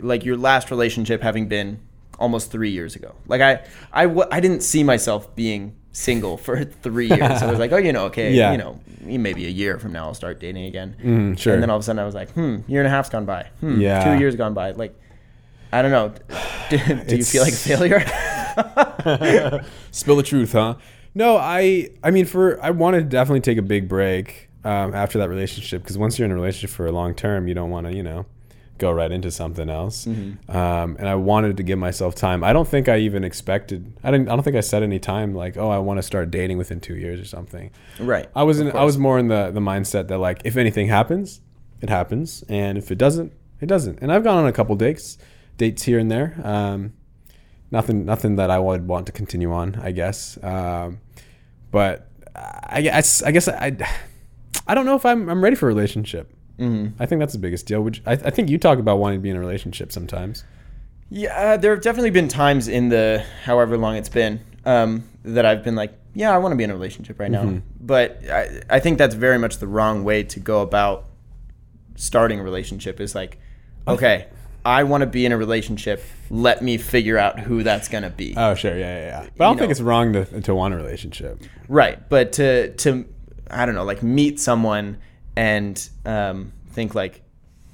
Speaker 2: like your last relationship having been almost three years ago? Like I, I, w- I didn't see myself being single for three years. So I was like, oh, you know, okay,
Speaker 1: Yeah.
Speaker 2: you know, maybe a year from now I'll start dating again.
Speaker 1: Mm, sure.
Speaker 2: And then all of a sudden I was like, hmm, year and a half's gone by. Hmm,
Speaker 1: Yeah.
Speaker 2: two years gone by. Like, I don't know. Do, do you feel like a
Speaker 1: It's-
Speaker 2: failure?
Speaker 1: Spill the truth, huh? No, I I mean for I want to definitely take a big break um, after that relationship because once you're in a relationship for a long term, you don't want to you know go right into something else. Um, and I wanted to give myself time. I don't think I even expected. I didn't. I don't think I said any time like, oh, I want to start dating within two years or something.
Speaker 2: right.
Speaker 1: I was in, I was more in the the mindset that like if anything happens, it happens, and if it doesn't, it doesn't. And I've gone on a couple dates, dates here and there. Um, nothing nothing that I would want to continue on, I guess. Um, but I guess I guess I I don't know if I'm I'm ready for a relationship. I think that's the biggest deal. Which I, I think you talk about wanting to be in a relationship sometimes.
Speaker 2: Yeah, uh, there have definitely been times in the however long it's been um, that I've been like, yeah, I want to be in a relationship right now. But I, I think that's very much the wrong way to go about starting a relationship is like, okay, I want to be in a relationship. Let me figure out who that's going to be.
Speaker 1: Oh sure, yeah, yeah, yeah. But I don't
Speaker 2: You
Speaker 1: think
Speaker 2: know.
Speaker 1: it's wrong to to want a relationship.
Speaker 2: Right, but to to I don't know, like meet someone and um, think like,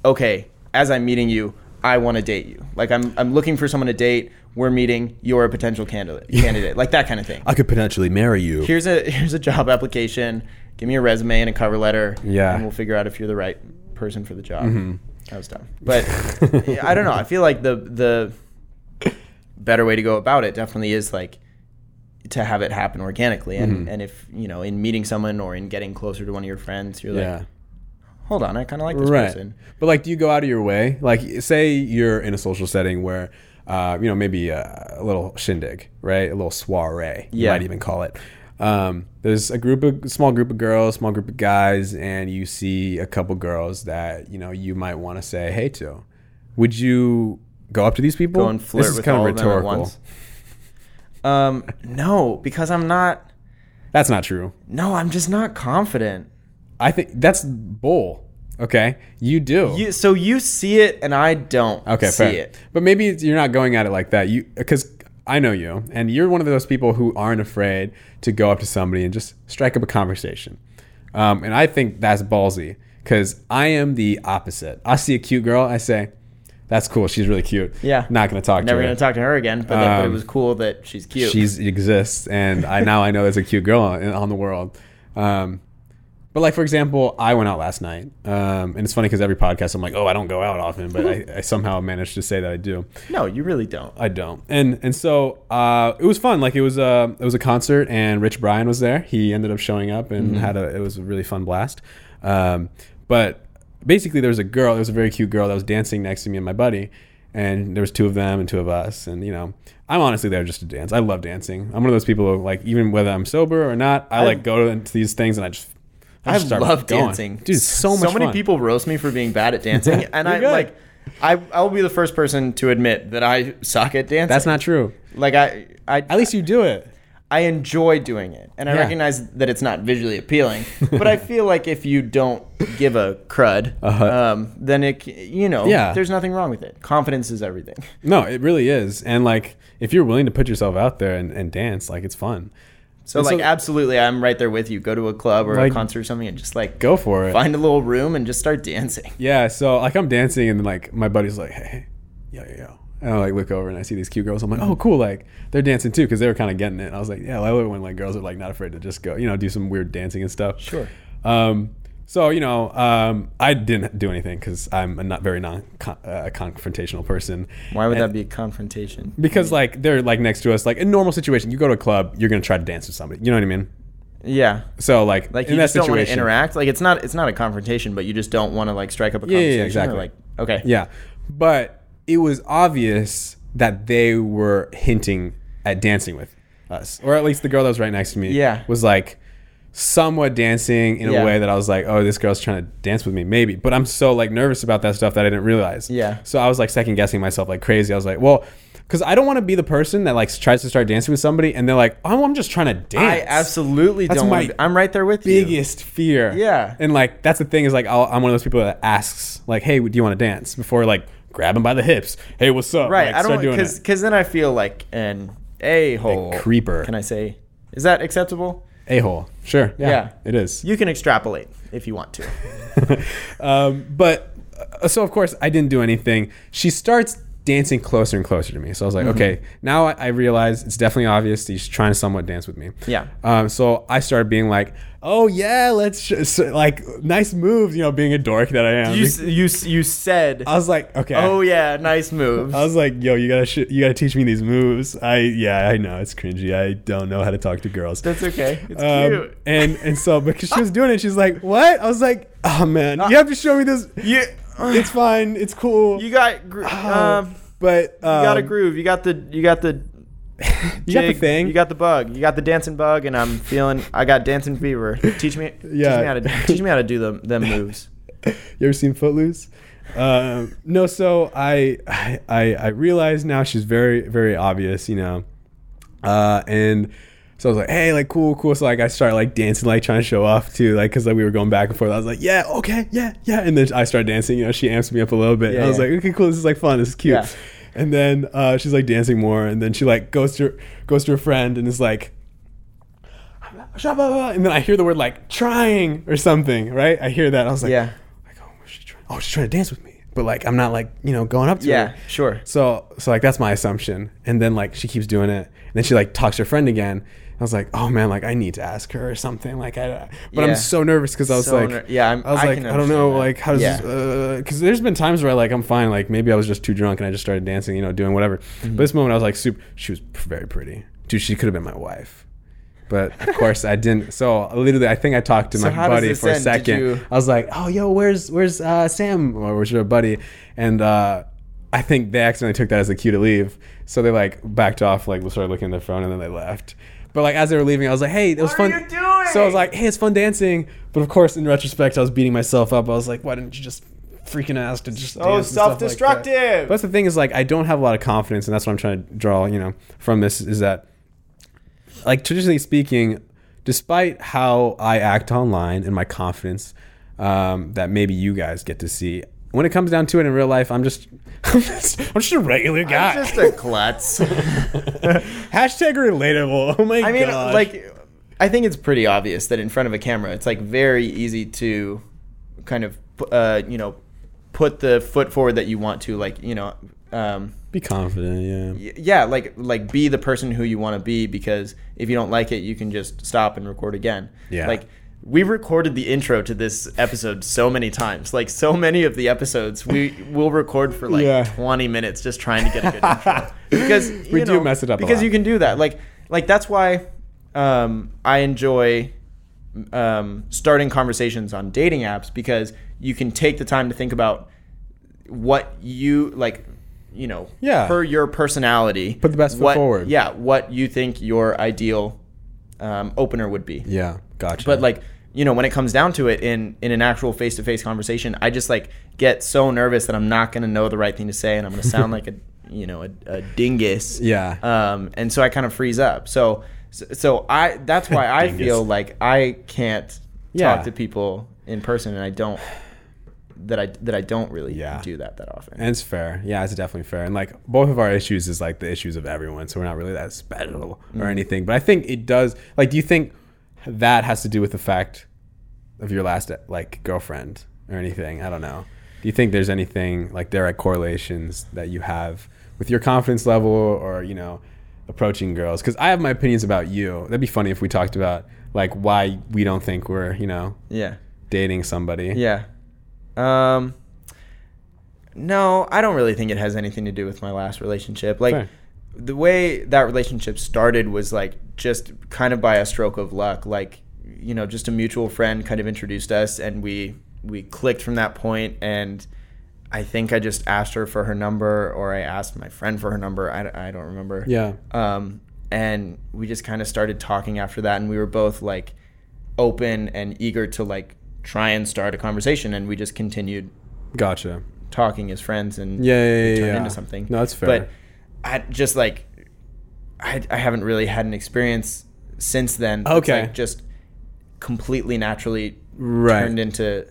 Speaker 2: okay, as I'm meeting you, I want to date you. Like I'm I'm looking for someone to date. We're meeting. You're a potential candidate. Candidate, like that kind of thing.
Speaker 1: I could potentially marry you.
Speaker 2: Here's a here's a job application. Give me a resume and a cover letter.
Speaker 1: Yeah. Mm-hmm.
Speaker 2: and we'll figure out if you're the right person for the job. That was dumb, but yeah, I don't know. I feel like the the better way to go about it definitely is like to have it happen organically and,
Speaker 1: Mm-hmm.
Speaker 2: and if you know in meeting someone or in getting closer to one of your friends you're
Speaker 1: yeah.
Speaker 2: like hold on i kind of like this
Speaker 1: right.
Speaker 2: person
Speaker 1: But like, do you go out of your way? Like, say you're in a social setting where, uh, you know, maybe a, a little shindig, right? A little soiree, you
Speaker 2: Yeah.
Speaker 1: might even call it. Um, there's a group of small group of girls, small group of guys, and you see a couple girls that you know you might want to say hey to. Would you go up to these people?
Speaker 2: go and flirt with all of them at once um no because i'm not
Speaker 1: That's not true.
Speaker 2: no i'm just not confident
Speaker 1: I think that's bull. Okay, you do.
Speaker 2: you, so you see it and i don't
Speaker 1: Okay,
Speaker 2: see
Speaker 1: fair.
Speaker 2: it
Speaker 1: But maybe it's- you're not going at it like that. You because I know you, and you're one of those people who aren't afraid to go up to somebody and just strike up a conversation. Um, and I think that's ballsy because I am the opposite. I see a cute girl, I say, "That's cool. She's really cute.
Speaker 2: Yeah.
Speaker 1: not gonna talk
Speaker 2: never
Speaker 1: to her.
Speaker 2: gonna talk to her again but, that, but it
Speaker 1: Um,
Speaker 2: was cool that she's cute
Speaker 1: She's exists, and I now I know there's a cute girl on, on the world. Um, but like for example, I went out last night, um, and it's funny because every podcast I'm like, "Oh, I don't go out often," but I, I somehow managed to say that I do.
Speaker 2: no you really don't
Speaker 1: I don't. And and so uh, it was fun. Like it was a it was a concert, and Rich Brian was there. He ended up showing up and had a it was a really fun blast. Um, but basically, there was a girl. There was a very cute girl that was dancing next to me and my buddy. And there was two of them and two of us, and you know, I'm honestly there just to dance. I love dancing. I'm one of those people who like even whether I'm sober or not, I, like go to these things and I just I,
Speaker 2: I
Speaker 1: just start
Speaker 2: love
Speaker 1: going.
Speaker 2: dancing,
Speaker 1: dude. it's So much
Speaker 2: So many
Speaker 1: fun.
Speaker 2: people roast me for being bad at dancing, and I
Speaker 1: good.
Speaker 2: like. I I will be the first person to admit that I suck at dancing.
Speaker 1: That's not true.
Speaker 2: like I I
Speaker 1: At least you do it.
Speaker 2: I enjoy doing it, and I
Speaker 1: Yeah.
Speaker 2: recognize that it's not visually appealing. but I feel like if you don't give a crud, um, then it c- you know
Speaker 1: Uh-huh. Yeah.
Speaker 2: there's nothing wrong with it. Confidence is everything.
Speaker 1: No, it really is. And like, if you're willing to put yourself out there and, and dance, like it's fun.
Speaker 2: So
Speaker 1: And
Speaker 2: like absolutely, I'm right there with you. Go to a club or
Speaker 1: Like,
Speaker 2: a concert or something, and just like
Speaker 1: go for it.
Speaker 2: find a little room and just start dancing.
Speaker 1: Yeah. So like, I'm dancing and like my buddy's like, hey, yo, yo, yo. And I like look over and I see these cute girls. I'm like, oh, cool. Like they're dancing too because they were kind of getting it. And I was like, yeah, I love it when like girls are like not afraid to just go, you know, do some weird dancing and stuff.
Speaker 2: Sure.
Speaker 1: Um, so you know, um, I didn't do anything because I'm a not very non uh, confrontational person.
Speaker 2: Why would that be a confrontation?
Speaker 1: Because like they're like next to us. Like in normal situation, you go to a club, you're gonna try to dance with somebody. You know what I mean?
Speaker 2: Yeah,
Speaker 1: So like,
Speaker 2: like
Speaker 1: in
Speaker 2: you
Speaker 1: that
Speaker 2: just don't want to
Speaker 1: situation-
Speaker 2: interact. Like it's not it's not a confrontation, but you just don't want to like strike up a
Speaker 1: yeah,
Speaker 2: conversation.
Speaker 1: yeah,
Speaker 2: or,
Speaker 1: exactly.
Speaker 2: Like okay,
Speaker 1: Yeah. But it was obvious that they were hinting at dancing with us. Or at least the girl that was right next to me
Speaker 2: Yeah.
Speaker 1: was like somewhat dancing in
Speaker 2: Yeah.
Speaker 1: a way that I was like, oh, this girl's trying to dance with me, maybe. But I'm so like nervous about that stuff that I didn't realize.
Speaker 2: Yeah.
Speaker 1: So I was like second guessing myself like crazy. I was like, well, because I don't want to be the person that like tries to start dancing with somebody and they're like, oh, I'm just trying to
Speaker 2: I
Speaker 1: dance.
Speaker 2: absolutely
Speaker 1: That's
Speaker 2: don't.
Speaker 1: my
Speaker 2: want to, I'm right there with you.
Speaker 1: biggest fear.
Speaker 2: Yeah.
Speaker 1: And like that's the thing is like I'll, I'm one of those people that asks like, hey, do you want to dance before like grab him by the hips? Hey, what's up?
Speaker 2: Right.
Speaker 1: Like,
Speaker 2: I don't
Speaker 1: start doing
Speaker 2: because
Speaker 1: it.
Speaker 2: because then I feel like an a hole
Speaker 1: creeper.
Speaker 2: Can I say Is that acceptable?
Speaker 1: A hole. Sure. Yeah,
Speaker 2: Yeah.
Speaker 1: It is.
Speaker 2: You can extrapolate if you want to.
Speaker 1: um, but uh, so of course I didn't do anything. She starts dancing closer and closer to me. So I was
Speaker 2: Mm-hmm.
Speaker 1: like, okay, now I, I realize it's definitely obvious that she's trying to somewhat dance with me.
Speaker 2: Yeah.
Speaker 1: Um, so I started being like, oh yeah, let's sh- s- like nice moves, you know, being a dork that I am.
Speaker 2: You s- you s- you said,
Speaker 1: I was like, okay.
Speaker 2: "Oh yeah, nice move."
Speaker 1: I was like, yo, you gotta sh- you gotta teach me these moves. I yeah, I know it's cringy. I don't know how to talk to girls.
Speaker 2: That's okay. It's
Speaker 1: Um,
Speaker 2: cute.
Speaker 1: And and so because she was doing it, she's like, "What?" I was like, "Oh man, you have to show me this.
Speaker 2: Uh, You
Speaker 1: It's fine. It's cool."
Speaker 2: you got gr-
Speaker 1: Oh,
Speaker 2: um,
Speaker 1: but um,
Speaker 2: you got a groove. You got the you got the
Speaker 1: You got the
Speaker 2: jig.
Speaker 1: thing.
Speaker 2: You got the bug. You got the dancing bug, and I'm feeling I got dancing fever. Teach me
Speaker 1: Yeah.
Speaker 2: teach me how to teach me how to do them them moves.
Speaker 1: You ever seen Footloose? Um, no, so I, I I I realize now she's very very obvious, you know, uh, and so I was like, hey, like cool cool. So like I started like dancing, like trying to show off too, like because like we were going back and forth. I was like, yeah, okay, yeah, yeah, and then I started dancing. You know, she amps me up a little bit.
Speaker 2: Yeah,
Speaker 1: and I was
Speaker 2: yeah.
Speaker 1: like, okay, cool, this is like fun, this is cute.
Speaker 2: Yeah.
Speaker 1: And then uh, she's like dancing more, and then she like goes to her, goes to her friend and is like, blah, blah, blah. and then I hear the word like trying or something, right? I hear that. I was like,
Speaker 2: Yeah.
Speaker 1: Like, oh, what's she trying? Oh, she's trying to dance with me, but like I'm not like you know going up to
Speaker 2: Yeah,
Speaker 1: her.
Speaker 2: sure.
Speaker 1: So so like that's my assumption, and then like she keeps doing it, and then she like talks to her friend again. I was like, oh man, like I need to ask her or something. Like I, but
Speaker 2: Yeah.
Speaker 1: I'm so nervous because I was
Speaker 2: So
Speaker 1: like,
Speaker 2: ner- yeah, I'm-
Speaker 1: I was
Speaker 2: I
Speaker 1: like,
Speaker 2: can
Speaker 1: I don't know,
Speaker 2: understand that.
Speaker 1: like how does
Speaker 2: Yeah.
Speaker 1: this? uh, Because there's been times where like I'm fine, like maybe I was just too drunk and I just started dancing, you know, doing whatever. But
Speaker 2: Mm-hmm.
Speaker 1: this moment I was like, super. She was very pretty, dude. She could have been my wife. But of course I didn't. So literally, I think I talked to
Speaker 2: So
Speaker 1: my
Speaker 2: how does
Speaker 1: buddy
Speaker 2: this
Speaker 1: for a
Speaker 2: end? Did
Speaker 1: second.
Speaker 2: you-
Speaker 1: I was like, "Oh, yo, where's where's uh, Sam? Or where's your buddy?" And uh, I think they accidentally took that as a cue to leave, so they like backed off, like started looking at their phone, and then they left. But like as they were leaving, I was like, "Hey, it was
Speaker 2: What are
Speaker 1: fun."
Speaker 2: you doing?
Speaker 1: So I was like, "Hey, it's fun dancing." But of course, in retrospect, I was beating myself up. I was like, "Why didn't you just freaking ask to just?"
Speaker 2: Oh,
Speaker 1: dance and stuff like that?"
Speaker 2: self-destructive.
Speaker 1: but that's the thing is like I don't have a lot of confidence, and that's what I'm trying to draw, you know, from this is that like traditionally speaking, despite how I act online and my confidence um, that maybe you guys get to see, when it comes down to it in real life, I'm just I'm just, I'm just a regular guy.
Speaker 2: I'm just a klutz.
Speaker 1: Hashtag relatable. Oh my god.
Speaker 2: I mean, like, I think it's pretty obvious that in front of a camera, it's like very easy to kind of, uh, you know, put the foot forward that you want to, like, you know, um,
Speaker 1: be confident. Yeah.
Speaker 2: y- yeah, like, like be the person who you want to be because if you don't like it, you can just stop and record again.
Speaker 1: Yeah.
Speaker 2: Like, we recorded the intro to this episode so many times. Like, so many of the episodes, we will record for like
Speaker 1: Yeah.
Speaker 2: 20 minutes just trying to get a good intro because
Speaker 1: We
Speaker 2: you
Speaker 1: do
Speaker 2: know,
Speaker 1: mess it up a
Speaker 2: because
Speaker 1: lot.
Speaker 2: you can do that like like that's why um, i enjoy um, starting conversations on dating apps because you can take the time to think about what you like you know
Speaker 1: Yeah.
Speaker 2: per your personality
Speaker 1: Put the best foot
Speaker 2: what-
Speaker 1: forward.
Speaker 2: yeah what you think your ideal um, opener would be
Speaker 1: Yeah. Gotcha.
Speaker 2: but like you know when it comes down to it in in an actual face-to-face conversation i just like get so nervous that i'm not going to know the right thing to say and i'm going to sound like a you know a, a dingus
Speaker 1: Yeah.
Speaker 2: um and so i kind of freeze up so so, so i that's why i
Speaker 1: Dingus.
Speaker 2: feel like i can't
Speaker 1: Yeah.
Speaker 2: talk to people in person and i don't that i that i don't really
Speaker 1: Yeah.
Speaker 2: do that that often
Speaker 1: And it's fair. Yeah, it's definitely fair. And like both of our issues is like the issues of everyone, so we're not really that special
Speaker 2: Mm.
Speaker 1: or anything. But I think it does. Like, do you think that has to do with the fact of your last like girlfriend or anything? I don't know. Do you think there's anything like there are correlations that you have with your confidence level or you know approaching girls? Because I have my opinions about you. That'd be funny if we talked about like why we don't think we're you know
Speaker 2: yeah
Speaker 1: dating somebody.
Speaker 2: Yeah. Um No, I don't really think it has anything to do with my last relationship. Like
Speaker 1: Fair.
Speaker 2: the way that relationship started was like just kind of by a stroke of luck. Like, you know, just a mutual friend kind of introduced us and we we clicked from that point and I think I just asked her for her number or I asked my friend for her number. I, d- I don't remember
Speaker 1: Yeah.
Speaker 2: um, and we just kind of started talking after that and we were both like open and eager to like try and start a conversation and we just continued
Speaker 1: Gotcha.
Speaker 2: talking as friends and
Speaker 1: Yeah, yeah, yeah.
Speaker 2: it turned
Speaker 1: yeah.
Speaker 2: into something
Speaker 1: No, that's fair.
Speaker 2: but i just like I, I haven't really had an experience since then It's,
Speaker 1: Okay.
Speaker 2: like, just completely naturally
Speaker 1: Right.
Speaker 2: turned into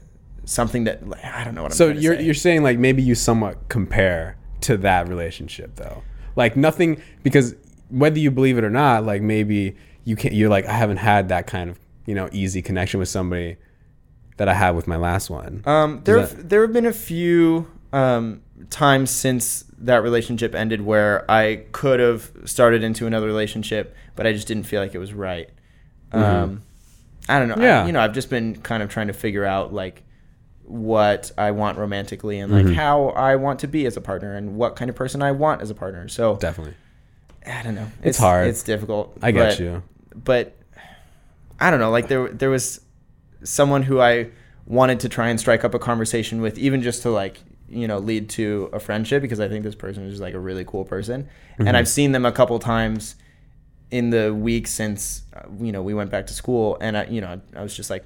Speaker 2: something that like, i don't know what i'm
Speaker 1: So
Speaker 2: trying to
Speaker 1: you're
Speaker 2: say.
Speaker 1: you're saying like maybe you somewhat compare to that relationship though, like nothing because whether you believe it or not, like maybe you can't you're like i haven't had that kind of you know easy connection with somebody that i had with my last one
Speaker 2: Um, there,
Speaker 1: Is
Speaker 2: have, there have been a few um, times since that relationship ended where I could have started into another relationship, but I just didn't feel like it was right. Um, I don't know. I-
Speaker 1: Mm-hmm. Yeah.
Speaker 2: you know, I've just been kind of trying to figure out like what I want romantically and
Speaker 1: Mm-hmm.
Speaker 2: like how I want to be as a partner and what kind of person I want as a partner. So
Speaker 1: definitely
Speaker 2: I don't know.
Speaker 1: It's hard.
Speaker 2: It's difficult.
Speaker 1: i get
Speaker 2: but-
Speaker 1: you
Speaker 2: but I don't know. Like there, there was someone who I wanted to try and strike up a conversation with, even just to like you know lead to a friendship because I think this person is just like a really cool person,
Speaker 1: Mm-hmm.
Speaker 2: and I've seen them a couple times in the week since uh, you know we went back to school, and I you know I was just like,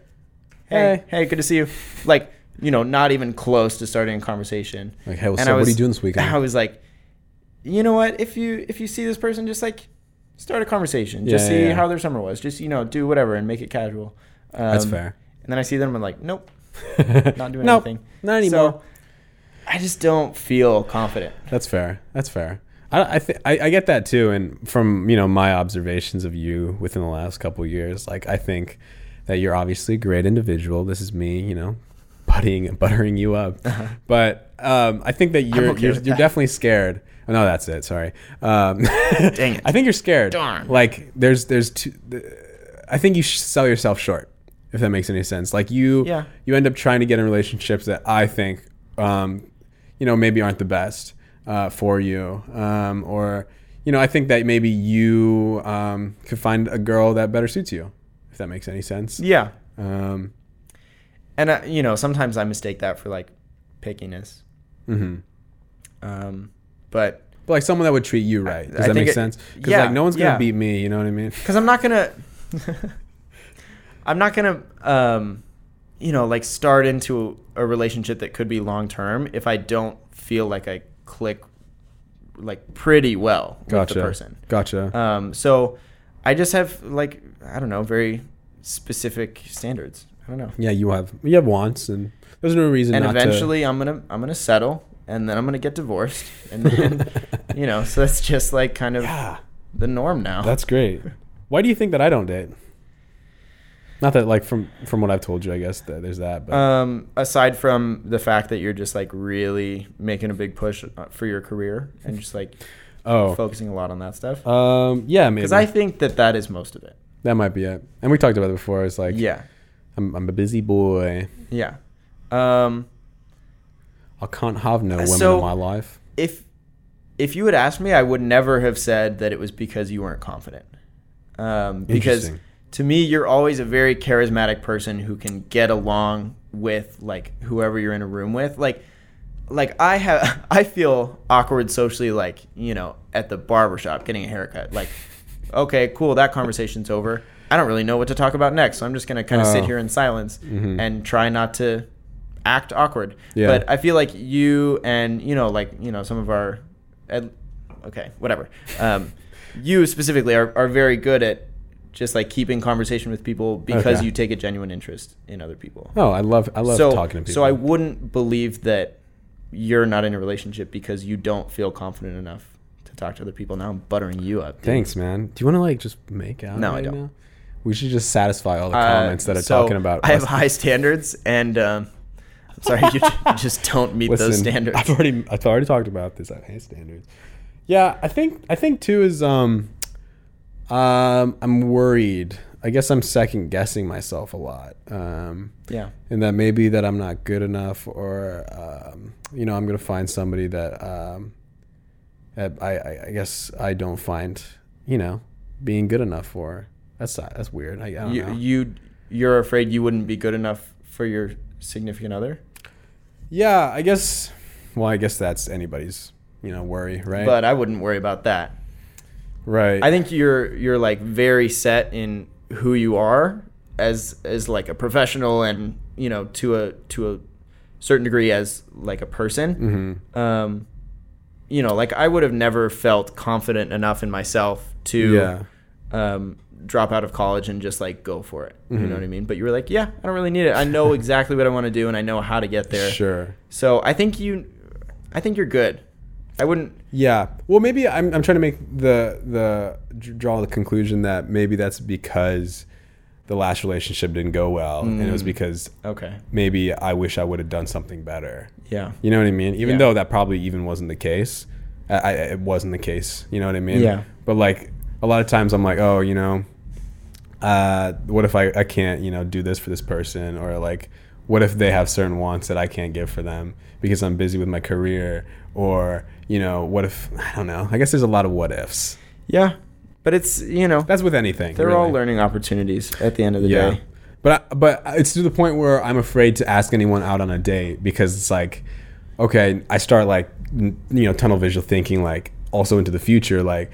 Speaker 2: hey, hey, good to see you, like. You know, not even close to starting a conversation.
Speaker 1: Like, hey, what's
Speaker 2: And I
Speaker 1: up? What are
Speaker 2: was-
Speaker 1: you doing this weekend?
Speaker 2: I was like, you know what? If you if you see this person, just like start a conversation. Just
Speaker 1: Yeah, yeah,
Speaker 2: see
Speaker 1: yeah.
Speaker 2: how their summer was. Just you know, do whatever and make it casual. Um,
Speaker 1: that's fair
Speaker 2: And then I see them, I'm like, nope, not doing
Speaker 1: Nope,
Speaker 2: anything.
Speaker 1: not anymore.
Speaker 2: So, I just don't feel confident.
Speaker 1: That's fair. That's fair. I I, th- I I get that too, and from you know my observations of you within the last couple years, like I think that you're obviously a great individual. This is me, you know, budding buttering you up, but um, I think that you're
Speaker 2: Uh-huh. okay
Speaker 1: you're,
Speaker 2: with
Speaker 1: you're
Speaker 2: that.
Speaker 1: definitely scared. Oh, no, that's it. Sorry. Um,
Speaker 2: Dang it.
Speaker 1: I think you're scared.
Speaker 2: Darn.
Speaker 1: Like there's there's two. th- I think you sh- sell yourself short, if that makes any sense. Like you
Speaker 2: Yeah.
Speaker 1: you end up trying to get in relationships that I think, um, you know, maybe aren't the best uh, for you, um, or you know, I think that maybe you um, could find a girl that better suits you, if that makes any sense.
Speaker 2: Yeah,
Speaker 1: Um,
Speaker 2: and I, you know, sometimes I mistake that for like pickiness.
Speaker 1: hmm
Speaker 2: Um, but
Speaker 1: But like someone that would treat you right. Does
Speaker 2: I
Speaker 1: that
Speaker 2: think
Speaker 1: make
Speaker 2: it-
Speaker 1: sense? Because
Speaker 2: yeah,
Speaker 1: like no one's gonna
Speaker 2: yeah.
Speaker 1: beat me. You know what I mean?
Speaker 2: because I'm not gonna, I'm not gonna, um, you know, like start into a relationship that could be long term if I don't feel like I click, like pretty well
Speaker 1: Gotcha.
Speaker 2: with the person.
Speaker 1: Gotcha.
Speaker 2: Um, so I just have like I don't know very specific standards. I don't know.
Speaker 1: yeah, you have you have wants, and there's no reason.
Speaker 2: And
Speaker 1: not to-
Speaker 2: eventually, I'm gonna I'm gonna settle, and then I'm gonna get divorced, and then you know, so that's just like kind of
Speaker 1: Yeah,
Speaker 2: the norm now.
Speaker 1: that's great. Why do you think that I don't date? Not that like from from what I've told you, I guess that there's that. But
Speaker 2: Um, aside from the fact that you're just like really making a big push uh, for your career and just like
Speaker 1: oh,
Speaker 2: focusing a lot on that stuff,
Speaker 1: um, yeah, maybe
Speaker 2: because I think that that is most of it.
Speaker 1: that might be it. And we talked about it before. It's like
Speaker 2: Yeah,
Speaker 1: I'm, I'm a busy boy.
Speaker 2: yeah. Um,
Speaker 1: I can't have no
Speaker 2: Uh,
Speaker 1: women
Speaker 2: so-
Speaker 1: in my life.
Speaker 2: if if you had asked me, I would never have said that it was because you weren't confident. Um, because
Speaker 1: Interesting.
Speaker 2: to me, you're always a very charismatic person who can get along with like whoever you're in a room with. Like, like I have, I feel awkward socially, like you know, at the barbershop getting a haircut. Like, okay, cool, that conversation's over. I don't really know what to talk about next, so I'm just gonna kind of sit
Speaker 1: Oh. Mm-hmm.
Speaker 2: here in silence and try not to act awkward.
Speaker 1: Yeah.
Speaker 2: But I feel like you and you know, like you know, some of our, ed, okay, whatever. Um, you specifically are, are very good at just like keeping conversation with people because
Speaker 1: Okay.
Speaker 2: you take a genuine interest in other people.
Speaker 1: Oh, I love I love
Speaker 2: so
Speaker 1: talking to people.
Speaker 2: so I wouldn't believe that you're not in a relationship because you don't feel confident enough to talk to other people. Now I'm buttering you up. dude.
Speaker 1: thanks, man. Do you want to like just make out?
Speaker 2: No, I
Speaker 1: right
Speaker 2: don't.
Speaker 1: now? We should just satisfy all the
Speaker 2: Uh,
Speaker 1: comments that are
Speaker 2: so
Speaker 1: talking about.
Speaker 2: I have
Speaker 1: us.
Speaker 2: high standards, and um, I'm sorry, you ju- you just don't meet
Speaker 1: Listen,
Speaker 2: those standards.
Speaker 1: I've already I've already talked about this. I hate standards. Yeah, I think I think too is um, um, I'm worried. I guess I'm second guessing myself a lot. Um,
Speaker 2: Yeah.
Speaker 1: and that maybe that I'm not good enough, or um, you know, I'm gonna find somebody that um, that I, I I guess I don't find you know being good enough for. That's not, that's weird. I, I don't
Speaker 2: you,
Speaker 1: know.
Speaker 2: you you're afraid you wouldn't be good enough for your significant other
Speaker 1: Yeah, I guess. Well, I guess that's anybody's you know worry, right?
Speaker 2: but i wouldn't worry about that
Speaker 1: right.
Speaker 2: i think you're you're like very set in who you are as as like a professional and you know to a to a certain degree as like a person
Speaker 1: Mm-hmm.
Speaker 2: um you know like i would have never felt confident enough in myself to
Speaker 1: yeah.
Speaker 2: um, drop out of college and just like go for it. You
Speaker 1: Mm-hmm.
Speaker 2: know what I mean? But you were like, yeah, I don't really need it. I know exactly what I want to do and I know how to get there.
Speaker 1: Sure.
Speaker 2: So I think you, I think you're good. I wouldn't.
Speaker 1: Yeah. Well, maybe I'm, I'm trying to make the the dr- draw the conclusion that maybe that's because the last relationship didn't go well, and it was because uh,
Speaker 2: Okay.
Speaker 1: maybe I wish I would have done something better.
Speaker 2: Yeah.
Speaker 1: You know what I mean? Even
Speaker 2: Yeah.
Speaker 1: though that probably even wasn't the case, I, I, it wasn't the case. You know what I mean?
Speaker 2: Yeah.
Speaker 1: But like a lot of times, I'm like, oh, you know, uh, what if I I can't you know do this for this person or like what if they have certain wants that I can't give for them because I'm busy with my career or you know what if I don't know. I guess there's a lot of what ifs.
Speaker 2: Yeah. But it's you know
Speaker 1: That's with anything.
Speaker 2: they're all
Speaker 1: really.
Speaker 2: learning opportunities at the end of the
Speaker 1: Yeah.
Speaker 2: day.
Speaker 1: But I, but it's to the point where I'm afraid to ask anyone out on a date because it's like, okay, I start like n- you know tunnel visual thinking like also into the future like.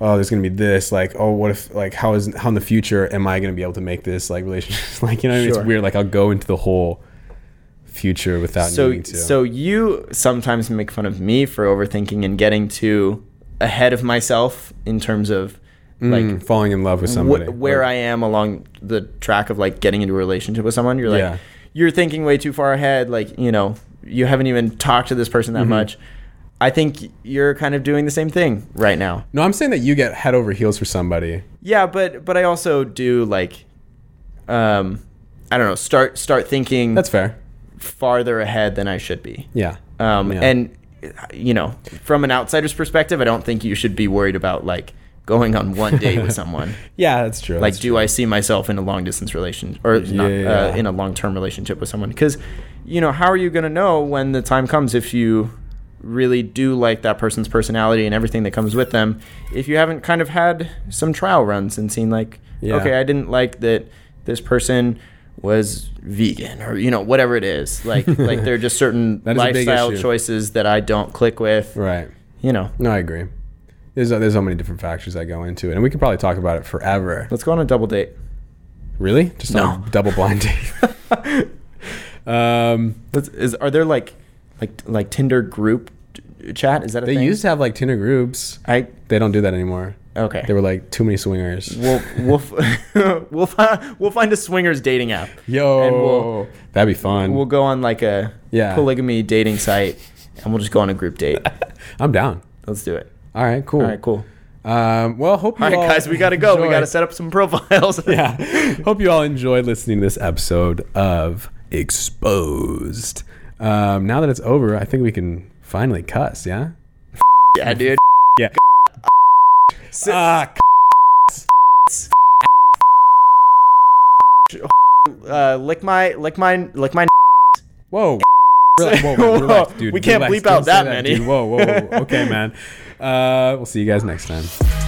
Speaker 1: Oh, there's gonna be this. Like, oh, what if? Like, how is how in the future am I gonna be able to make this like relationship? like, you know, what I mean?
Speaker 2: Sure.
Speaker 1: it's weird. Like, I'll go into the whole future without
Speaker 2: So
Speaker 1: needing to.
Speaker 2: so you sometimes make fun of me for overthinking and getting too ahead of myself in terms of like
Speaker 1: Mm, falling in love with somebody.
Speaker 2: wh- where I am along the track of like getting into a relationship with someone. You're like,
Speaker 1: Yeah.
Speaker 2: you're thinking way too far ahead. Like, you know, you haven't even talked to this person
Speaker 1: Mm-hmm.
Speaker 2: that much. I think you're kind of doing the same thing right now.
Speaker 1: No, I'm saying that you get head over heels for somebody.
Speaker 2: Yeah, but but I also do like, um, I don't know. Start start thinking
Speaker 1: That's fair.
Speaker 2: farther ahead than I should be.
Speaker 1: Yeah.
Speaker 2: Um,
Speaker 1: Yeah.
Speaker 2: and you know, from an outsider's perspective, I don't think you should be worried about like going on one date with someone.
Speaker 1: Yeah, that's true.
Speaker 2: like
Speaker 1: That's
Speaker 2: do i see myself in a long distance relation or not,
Speaker 1: Yeah.
Speaker 2: uh, in a long term relationship with someone because you know how are you going to know when the time comes if you really do like that person's personality and everything that comes with them if you haven't kind of had some trial runs and seen like
Speaker 1: Yeah.
Speaker 2: okay i didn't like that this person was vegan or you know whatever it is like like there are just certain
Speaker 1: That is a big
Speaker 2: lifestyle
Speaker 1: issue.
Speaker 2: choices that i don't click with
Speaker 1: right.
Speaker 2: you know
Speaker 1: No, I agree. There's there's so many different factors that go into it, and we could probably talk about it forever.
Speaker 2: let's go on a double date
Speaker 1: Really, just on
Speaker 2: No.
Speaker 1: a double blind date. um,
Speaker 2: Let's, is are there like like like Tinder group t- chat? Is that a
Speaker 1: they
Speaker 2: thing?
Speaker 1: used to have like Tinder groups.
Speaker 2: I
Speaker 1: They don't do that anymore.
Speaker 2: okay.
Speaker 1: They were like too many swingers.
Speaker 2: we'll we'll f- we'll find we'll find a swingers dating app.
Speaker 1: Yo,
Speaker 2: And we'll-
Speaker 1: that'd be fun.
Speaker 2: We'll go on like a
Speaker 1: Yeah.
Speaker 2: polygamy dating site, and we'll just go on a group date.
Speaker 1: I'm down.
Speaker 2: Let's do it.
Speaker 1: All right, cool.
Speaker 2: All right, cool.
Speaker 1: Um, well, hope you
Speaker 2: All right,
Speaker 1: all
Speaker 2: guys, we gotta go. We
Speaker 1: enjoyed-
Speaker 2: gotta set up some profiles.
Speaker 1: yeah. Hope you all enjoyed listening to this episode of Exposed. Um, now that it's over, I think we can finally cuss. Yeah.
Speaker 2: yeah, dude.
Speaker 1: Yeah.
Speaker 2: S-
Speaker 1: Ah,
Speaker 2: uh, lick my lick mine lick mine.
Speaker 1: Whoa. Relax, whoa, whoa, relax, dude.
Speaker 2: We can't
Speaker 1: Relax.
Speaker 2: bleep
Speaker 1: Don't
Speaker 2: out
Speaker 1: say
Speaker 2: that many.
Speaker 1: dude. Whoa, whoa, whoa. Okay, man. Uh, we'll see you guys next time.